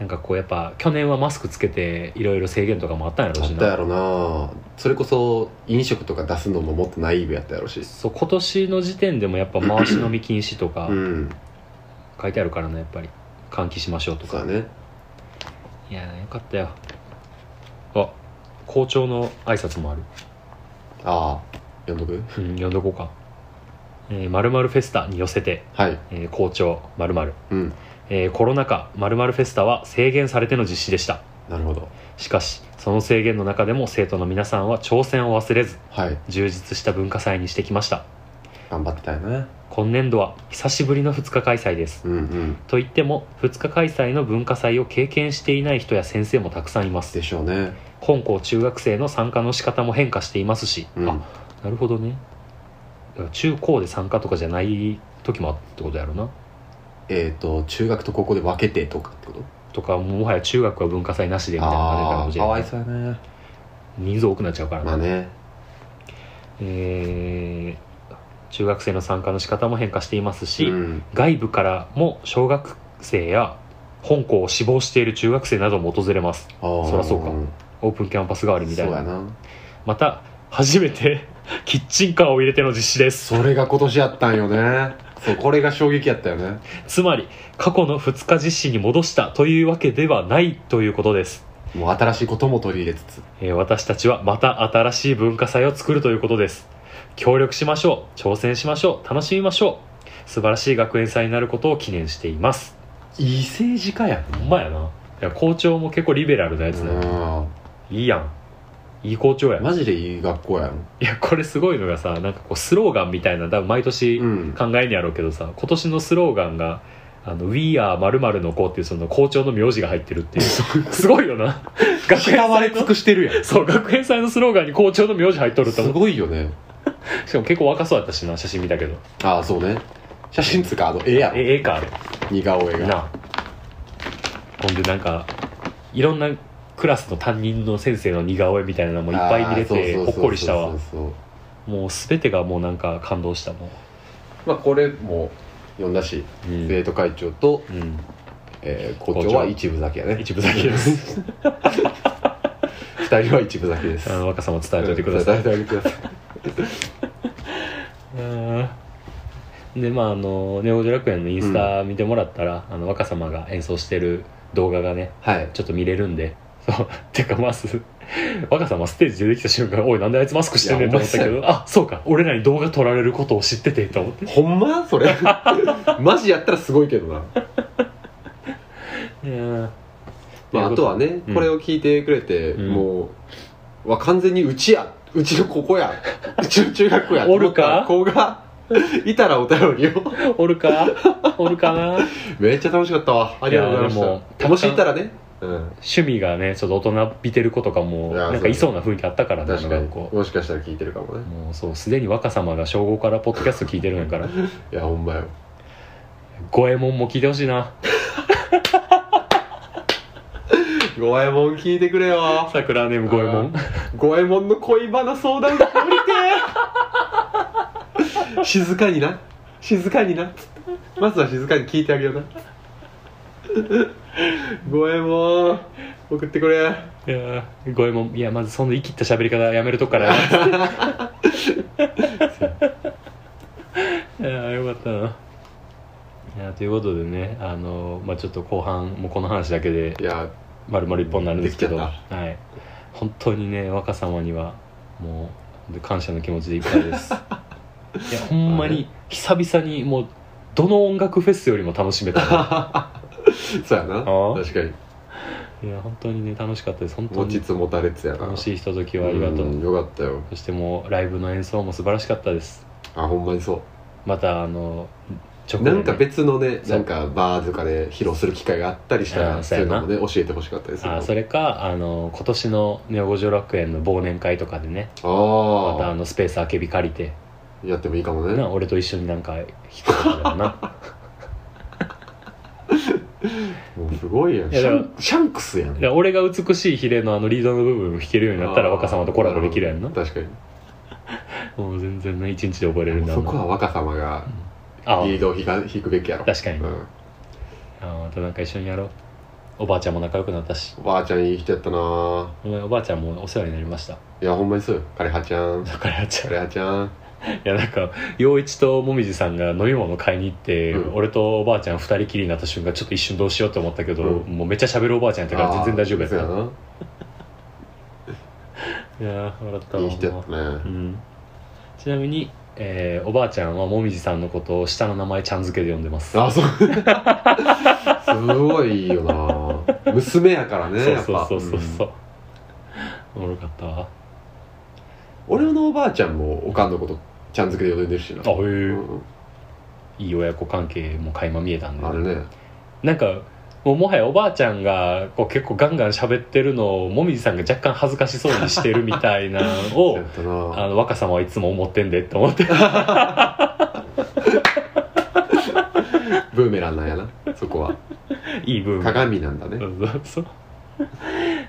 [SPEAKER 1] なんかこうやっぱ去年はマスクつけていろいろ制限とかもあったんやろ
[SPEAKER 2] あ
[SPEAKER 1] うし
[SPEAKER 2] ったや
[SPEAKER 1] な
[SPEAKER 2] ろなそれこそ飲食とか出すのももっとナイーブやったやろし
[SPEAKER 1] そう今年の時点でもやっぱ回し飲み禁止とか
[SPEAKER 2] うん
[SPEAKER 1] 書いてあるからねやっぱり換気しましょうと
[SPEAKER 2] と
[SPEAKER 1] か
[SPEAKER 2] かね
[SPEAKER 1] いやーよかったよあ校長の挨拶もある
[SPEAKER 2] ああ読んどく
[SPEAKER 1] うん読んどこうか「えー、まるまるフェスタ」に寄せて、
[SPEAKER 2] はい
[SPEAKER 1] えー校長まるまる
[SPEAKER 2] うん
[SPEAKER 1] えーコロナ禍まるまるフェスタは制限されての実施でした
[SPEAKER 2] なるほど
[SPEAKER 1] しかしその制限の中でも生徒の皆さんは挑戦を忘れず
[SPEAKER 2] はい
[SPEAKER 1] 充実した文化祭にしてきました
[SPEAKER 2] 頑張ってたよね
[SPEAKER 1] 今年度は久しぶりの2日開催です
[SPEAKER 2] うんうん
[SPEAKER 1] といっても2日開催の文化祭を経験していない人や先生もたくさんいます
[SPEAKER 2] でしょうね
[SPEAKER 1] 本校中学生の参加の仕方も変化していますし、
[SPEAKER 2] うん
[SPEAKER 1] あなるほどねだから中高で参加とかじゃない時もあってことやろな
[SPEAKER 2] えっ、と中学と高校で分けてとかってこと
[SPEAKER 1] とかもはや中学は文化祭なしでみたいな感じか
[SPEAKER 2] あ
[SPEAKER 1] も
[SPEAKER 2] あ
[SPEAKER 1] し
[SPEAKER 2] か
[SPEAKER 1] れな
[SPEAKER 2] わ
[SPEAKER 1] い
[SPEAKER 2] いそうやね
[SPEAKER 1] 人数多くなっちゃうから
[SPEAKER 2] ま
[SPEAKER 1] な、
[SPEAKER 2] あね
[SPEAKER 1] えー中学生の参加の仕方も変化していますし、
[SPEAKER 2] うん
[SPEAKER 1] 外部からも小学生や本校を志望している中学生なども訪れます
[SPEAKER 2] あー
[SPEAKER 1] そらそうかオープンキャンパス代わりみたい
[SPEAKER 2] そうや
[SPEAKER 1] な
[SPEAKER 2] な
[SPEAKER 1] また初めて [LAUGHS] キッチンカーを入れての実施です
[SPEAKER 2] それが今年やったんよねそうこれが衝撃やったよね
[SPEAKER 1] つまり過去の2日実施に戻したというわけではないということです、
[SPEAKER 2] もう新しいことも取り入れつつ
[SPEAKER 1] えー私たちはまた新しい文化祭を作るということです協力しましょう挑戦しましょう楽しみましょう素晴らしい学園祭になることを記念しています
[SPEAKER 2] いい政治家や
[SPEAKER 1] ほんまやないや校長も結構リベラルなやつだよ、いいやんいい校長や
[SPEAKER 2] うん
[SPEAKER 1] い
[SPEAKER 2] マジでいい学校やん
[SPEAKER 1] やこれすごいのがさなんかこうスローガンみたいな多分毎年
[SPEAKER 2] うん
[SPEAKER 1] 考えにあろうけどさ今年のスローガンが「あの We are 〇〇の子」っていうその校長の名字が入ってるっていう [LAUGHS] すごいよな [LAUGHS] 学園
[SPEAKER 2] 慕われ
[SPEAKER 1] 祭
[SPEAKER 2] 尽
[SPEAKER 1] の
[SPEAKER 2] くしてるやん
[SPEAKER 1] そう学園祭のスローガンに校長の名字入っとると
[SPEAKER 2] [LAUGHS] す
[SPEAKER 1] 思
[SPEAKER 2] ごいよね
[SPEAKER 1] うしかも結構若そうやったしな写真見たけど
[SPEAKER 2] ああそうね写真つうかあの絵やん
[SPEAKER 1] ええかあれ
[SPEAKER 2] 似顔絵が
[SPEAKER 1] なあほんでなんかいろんなクラスの担任の先生の似顔絵みたいなのもいっぱい見れて
[SPEAKER 2] ああそうそうそう
[SPEAKER 1] ほっこりした
[SPEAKER 2] そ
[SPEAKER 1] わ
[SPEAKER 2] うそうそう
[SPEAKER 1] もう全てがもうなんか感動したも
[SPEAKER 2] まあこれも読んだし
[SPEAKER 1] う、うん
[SPEAKER 2] 生徒会長と、
[SPEAKER 1] うん
[SPEAKER 2] えー校長は一部だけやね
[SPEAKER 1] 一部だけです
[SPEAKER 2] [LAUGHS] 二人は一部だけです
[SPEAKER 1] あの若さも伝えておいてください
[SPEAKER 2] い伝えてください
[SPEAKER 1] うんでまああのネオジ楽園のインスタ見てもらったら、あの若様が演奏してる動画がね
[SPEAKER 2] はい
[SPEAKER 1] ちょっと見れるんでそう [LAUGHS] てかまず若様ステージ出てきた瞬間「おいなんであいつマスクしてんねん」
[SPEAKER 2] い
[SPEAKER 1] と
[SPEAKER 2] や
[SPEAKER 1] 思ったけ
[SPEAKER 2] ほん
[SPEAKER 1] どあそうか俺らに動画撮られることを知っててと思って
[SPEAKER 2] [LAUGHS] ほんまそれ [LAUGHS] マジやったらすごいけどな、
[SPEAKER 1] うん
[SPEAKER 2] まあ、あとはね、
[SPEAKER 1] うん
[SPEAKER 2] これを聞いてくれて、
[SPEAKER 1] うん
[SPEAKER 2] もうわ完全にうちやうちのここやうちの中 [LAUGHS] 学校やと思った子がいたらお便りを
[SPEAKER 1] おるかおるかな
[SPEAKER 2] めっちゃ楽しかったわありがとうござい
[SPEAKER 1] いや
[SPEAKER 2] ま
[SPEAKER 1] でも
[SPEAKER 2] したもしいたらねうん
[SPEAKER 1] 趣味がねちょっと大人びてる子とかも
[SPEAKER 2] いや
[SPEAKER 1] なんかいそうな雰囲気あったからね
[SPEAKER 2] 確かに
[SPEAKER 1] 学校
[SPEAKER 2] もしかしたら聞いてるかもね
[SPEAKER 1] もうそうすでに若様が小5からポッドキャスト聞いてるんや
[SPEAKER 2] [LAUGHS]
[SPEAKER 1] から
[SPEAKER 2] いやほんまよ
[SPEAKER 1] 五右衛門も聞いてほしいな
[SPEAKER 2] 五右衛門聞いてくれよ
[SPEAKER 1] 桜ネーム五右衛門
[SPEAKER 2] 五右衛門の恋バナ相談が降りてえ静かにな静かになつってまずは静かに聞いてあげような五右衛門送ってくれ
[SPEAKER 1] いやー五右衛門いやまずその言い切った喋り方やめるとこ [LAUGHS] からいやーよかったないやーということでねあのーまあちょっと後半もうこの話だけで
[SPEAKER 2] いや [LAUGHS]
[SPEAKER 1] 丸々一本になるんですけど
[SPEAKER 2] でき
[SPEAKER 1] はい本当にね若様にはもう感謝の気持ちでいっぱいです [LAUGHS] いやほんま
[SPEAKER 2] あ
[SPEAKER 1] に久々にもうどの音楽フェスよりも楽しめたな
[SPEAKER 2] そうやな
[SPEAKER 1] あ
[SPEAKER 2] 確かに
[SPEAKER 1] [LAUGHS] いや本当にね楽しかったです本当
[SPEAKER 2] 持ち
[SPEAKER 1] に
[SPEAKER 2] つ持たれつやな
[SPEAKER 1] 楽しいひととき
[SPEAKER 2] い
[SPEAKER 1] をありがとう
[SPEAKER 2] よかったよ
[SPEAKER 1] そしてもうライブの演奏も素晴らしかったです
[SPEAKER 2] あほんまにそ
[SPEAKER 1] またあの直後に
[SPEAKER 2] うなんか別のね
[SPEAKER 1] そう
[SPEAKER 2] なんかバーとかで披露する機会があったりした
[SPEAKER 1] あ
[SPEAKER 2] ら
[SPEAKER 1] そ
[SPEAKER 2] そう
[SPEAKER 1] や
[SPEAKER 2] うい
[SPEAKER 1] な
[SPEAKER 2] うのもね教えてほしかったです
[SPEAKER 1] あそ
[SPEAKER 2] れ
[SPEAKER 1] れかあの今年のネオ五条楽園の忘年会とかでねまたあ
[SPEAKER 2] あ
[SPEAKER 1] のスペース空けび借りて
[SPEAKER 2] あやってもいいかもね
[SPEAKER 1] な俺と一緒になんか弾くとかだ
[SPEAKER 2] [LAUGHS]
[SPEAKER 1] な
[SPEAKER 2] もうすごいやん
[SPEAKER 1] いや
[SPEAKER 2] シ
[SPEAKER 1] だ
[SPEAKER 2] ャ
[SPEAKER 1] から
[SPEAKER 2] ンシャンクスやん
[SPEAKER 1] いや俺が美しいヒレのあのリードの部分を弾けるようになったら若様とコラボできるやんな
[SPEAKER 2] あー確かに
[SPEAKER 1] もう全然ね一日で覚えれるんだ
[SPEAKER 2] そこ
[SPEAKER 1] な
[SPEAKER 2] は若様が
[SPEAKER 1] あ
[SPEAKER 2] リードを引か引くべきやろ
[SPEAKER 1] 確かに、
[SPEAKER 2] うん、
[SPEAKER 1] あまたなんか一緒にやろうおばあちゃんも仲良くなったし
[SPEAKER 2] おばあちゃんいい人やったなぁ
[SPEAKER 1] お前おばあちゃんもお世話になりました
[SPEAKER 2] いやほんまにそうよ枯葉ち
[SPEAKER 1] [LAUGHS]
[SPEAKER 2] ゃん
[SPEAKER 1] だからやっちゃう
[SPEAKER 2] 枯葉ちゃん
[SPEAKER 1] いやなんか陽一と紅葉さんが飲み物買いに行って、
[SPEAKER 2] うん
[SPEAKER 1] 俺とおばあちゃん2人きりになった瞬間ちょっと一瞬どうしようと思ったけど、
[SPEAKER 2] う
[SPEAKER 1] もうめっちゃ喋るおばあちゃんやったから全然大丈夫やった
[SPEAKER 2] あーそう
[SPEAKER 1] いやー笑った
[SPEAKER 2] や
[SPEAKER 1] わ
[SPEAKER 2] ないい人やっ
[SPEAKER 1] ほんま
[SPEAKER 2] た
[SPEAKER 1] う
[SPEAKER 2] ね
[SPEAKER 1] ん、ちなみに、えーおばあちゃんは紅葉さんのことを下の名前ちゃん付けで呼んでます
[SPEAKER 2] あそうすごいいいよなぁ娘やからね
[SPEAKER 1] そう
[SPEAKER 2] やっ
[SPEAKER 1] そう
[SPEAKER 2] ぱ
[SPEAKER 1] そうそうそ
[SPEAKER 2] ん
[SPEAKER 1] うおもろかったわあ
[SPEAKER 2] 俺のおばあちゃんもおかんのことちゃん付けで呼んでるしな
[SPEAKER 1] へえ、
[SPEAKER 2] うん
[SPEAKER 1] いい親子関係も垣間見えたんで
[SPEAKER 2] あれね
[SPEAKER 1] なんかもうもはやおばあちゃんがこう結構ガンガン喋ってるのをもみじさんが若干恥ずかしそうにしてるみたいなの
[SPEAKER 2] [LAUGHS] そう
[SPEAKER 1] を
[SPEAKER 2] やったなぁ
[SPEAKER 1] あの若様はいつも思ってんでって思って
[SPEAKER 2] ブーメランなんやなそこはい
[SPEAKER 1] い部分
[SPEAKER 2] 鏡なんだね
[SPEAKER 1] そうそうそう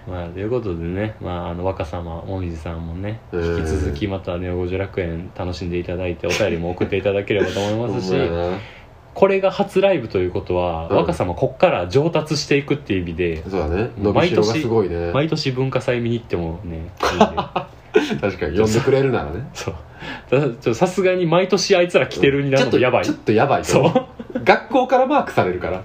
[SPEAKER 1] まあということでね、まあ、あの若様もみじさんもね
[SPEAKER 2] う
[SPEAKER 1] 引
[SPEAKER 2] ん
[SPEAKER 1] き続きまたネオ五条楽園楽しんでいただいてお便りも送っていただければと思いますし
[SPEAKER 2] ほんまやな
[SPEAKER 1] これが初ライブということは、
[SPEAKER 2] うん
[SPEAKER 1] 若様こっから上達していくっていう意味で
[SPEAKER 2] そうだね伸びしろがすごいね
[SPEAKER 1] 毎年文化祭見に行ってもねいいんで
[SPEAKER 2] 確かに呼んでくれるならね
[SPEAKER 1] そうだからちょっとさすがに毎年あいつら来てるにな
[SPEAKER 2] ち
[SPEAKER 1] る
[SPEAKER 2] ょっ
[SPEAKER 1] のも
[SPEAKER 2] と
[SPEAKER 1] やばい
[SPEAKER 2] ちょっとやばい
[SPEAKER 1] そう
[SPEAKER 2] 学校からマークされるから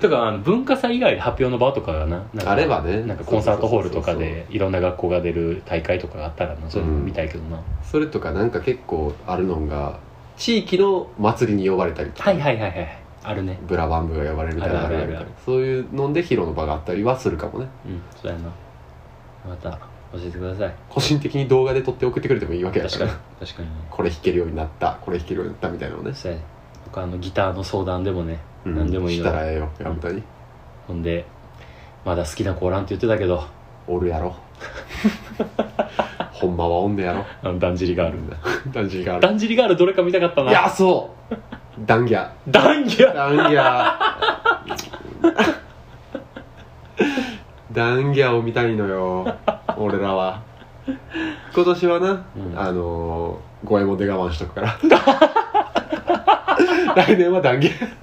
[SPEAKER 1] だからあの文化祭以外で発表の場とかがななんか
[SPEAKER 2] あればね
[SPEAKER 1] なんかコンサートホールとか
[SPEAKER 2] そうそうそう
[SPEAKER 1] でいろんな学校が出る大会とかがあったらなそういうの
[SPEAKER 2] うん
[SPEAKER 1] 見たいけどな、
[SPEAKER 2] それとかなんか結構あるのが地域の祭りに呼ばれたりとか、
[SPEAKER 1] はいはいはいはいあるね
[SPEAKER 2] ブラバンブが呼ばれるみたいな
[SPEAKER 1] あるあるある
[SPEAKER 2] みたいなそういうので披露の場があったりはするかもね
[SPEAKER 1] うんそうやなまた教えてください
[SPEAKER 2] 個人的に動画で撮って送ってくれてもいいわけだか
[SPEAKER 1] 確からに確かにね
[SPEAKER 2] これ弾けるようになったこれ弾けるようになったみたいなのをね、
[SPEAKER 1] そうやね僕あのギターの相談でもね
[SPEAKER 2] うん
[SPEAKER 1] 何でもいい
[SPEAKER 2] し
[SPEAKER 1] の
[SPEAKER 2] たらええよ本当に、
[SPEAKER 1] ほんでまだ好きな子おらんって言ってたけど
[SPEAKER 2] おる
[SPEAKER 1] [LAUGHS]
[SPEAKER 2] やろほんまはおんねやろ
[SPEAKER 1] あのだんじりガール
[SPEAKER 2] ダンジーがある
[SPEAKER 1] だんじりガールどれか見たかった
[SPEAKER 2] い
[SPEAKER 1] な
[SPEAKER 2] やそうダンギャ
[SPEAKER 1] ダンギャ
[SPEAKER 2] ダンギャダンギャを見たいのよ俺らは今年はな、
[SPEAKER 1] うん
[SPEAKER 2] あのー、五右衛門で我慢しとくから来年はダンギャ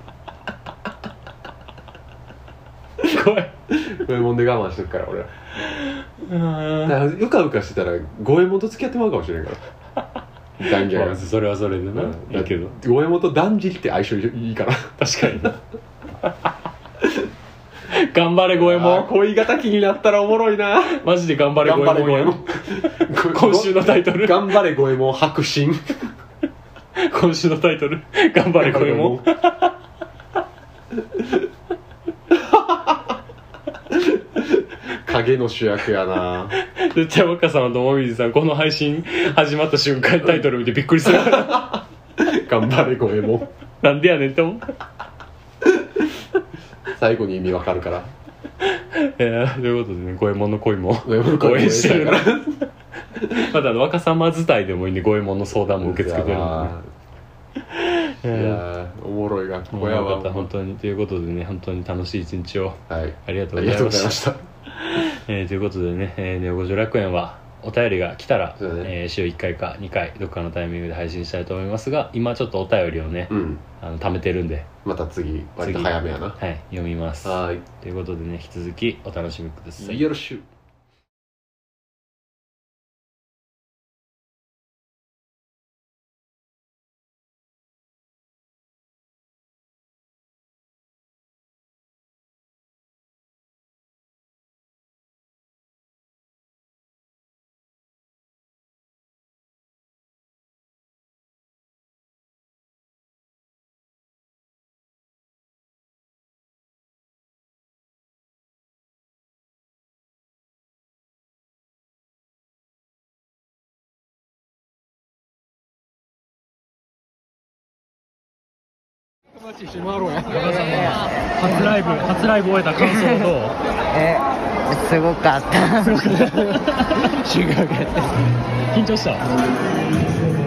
[SPEAKER 1] ごい
[SPEAKER 2] 五右衛門で我慢しとくから俺ら
[SPEAKER 1] うーん
[SPEAKER 2] だからうかうかしてたら五右衛門と付き合ってもらうかもしれんからダンギャ
[SPEAKER 1] ま
[SPEAKER 2] が
[SPEAKER 1] あそれはそれでな、
[SPEAKER 2] うん
[SPEAKER 1] いいけど
[SPEAKER 2] 五右衛門とだんじりって相性いいから
[SPEAKER 1] 確かにな [LAUGHS] 頑張れ五右衛
[SPEAKER 2] あー
[SPEAKER 1] 門
[SPEAKER 2] 恋敵になったらおもろいな
[SPEAKER 1] マジで頑張れ五右衛門や
[SPEAKER 2] 頑
[SPEAKER 1] [LAUGHS] 今週のタイトル
[SPEAKER 2] 頑張れ五右衛門白心
[SPEAKER 1] 今週のタイトル「頑張れ五右衛門
[SPEAKER 2] [LAUGHS] 影の主役やな」
[SPEAKER 1] 絶対若さんともみじさんこの配信始まった瞬間タイトル見てびっくりする
[SPEAKER 2] 頑張れ五右衛門
[SPEAKER 1] なんでやねんって思う
[SPEAKER 2] 最後に意味わかるから
[SPEAKER 1] えーということでね五右衛門の恋も
[SPEAKER 2] 五右衛門の恋
[SPEAKER 1] 応援してるな
[SPEAKER 2] 応援
[SPEAKER 1] まだあの若様伝いでもいいんで五右衛門の相談も受け付けてるので、ね
[SPEAKER 2] いや
[SPEAKER 1] え
[SPEAKER 2] ーおもろい学
[SPEAKER 1] ー、
[SPEAKER 2] 校
[SPEAKER 1] もう
[SPEAKER 2] や
[SPEAKER 1] よか
[SPEAKER 2] わ
[SPEAKER 1] った本当にということでね本当に楽しい一日を
[SPEAKER 2] はい
[SPEAKER 1] ありがと
[SPEAKER 2] あ
[SPEAKER 1] う
[SPEAKER 2] り
[SPEAKER 1] ございうま
[SPEAKER 2] がとございま
[SPEAKER 1] し
[SPEAKER 2] した
[SPEAKER 1] たえーということでね「えー、ネオ五条楽園」はお便りが来たら、
[SPEAKER 2] そうだね
[SPEAKER 1] えー週1回か2回どっかのタイミングで配信したいと思いますが今ちょっとお便りをね、
[SPEAKER 2] うん
[SPEAKER 1] あの貯めてるんで、
[SPEAKER 2] また次割と早めやな
[SPEAKER 1] はい、読みます
[SPEAKER 2] はー
[SPEAKER 1] ということでね引き続きお楽しみください
[SPEAKER 2] いよろしゅう
[SPEAKER 1] 初ライブ初ライブ終えた感想どう
[SPEAKER 3] えすご
[SPEAKER 1] [LAUGHS]
[SPEAKER 3] かった
[SPEAKER 1] 緊張した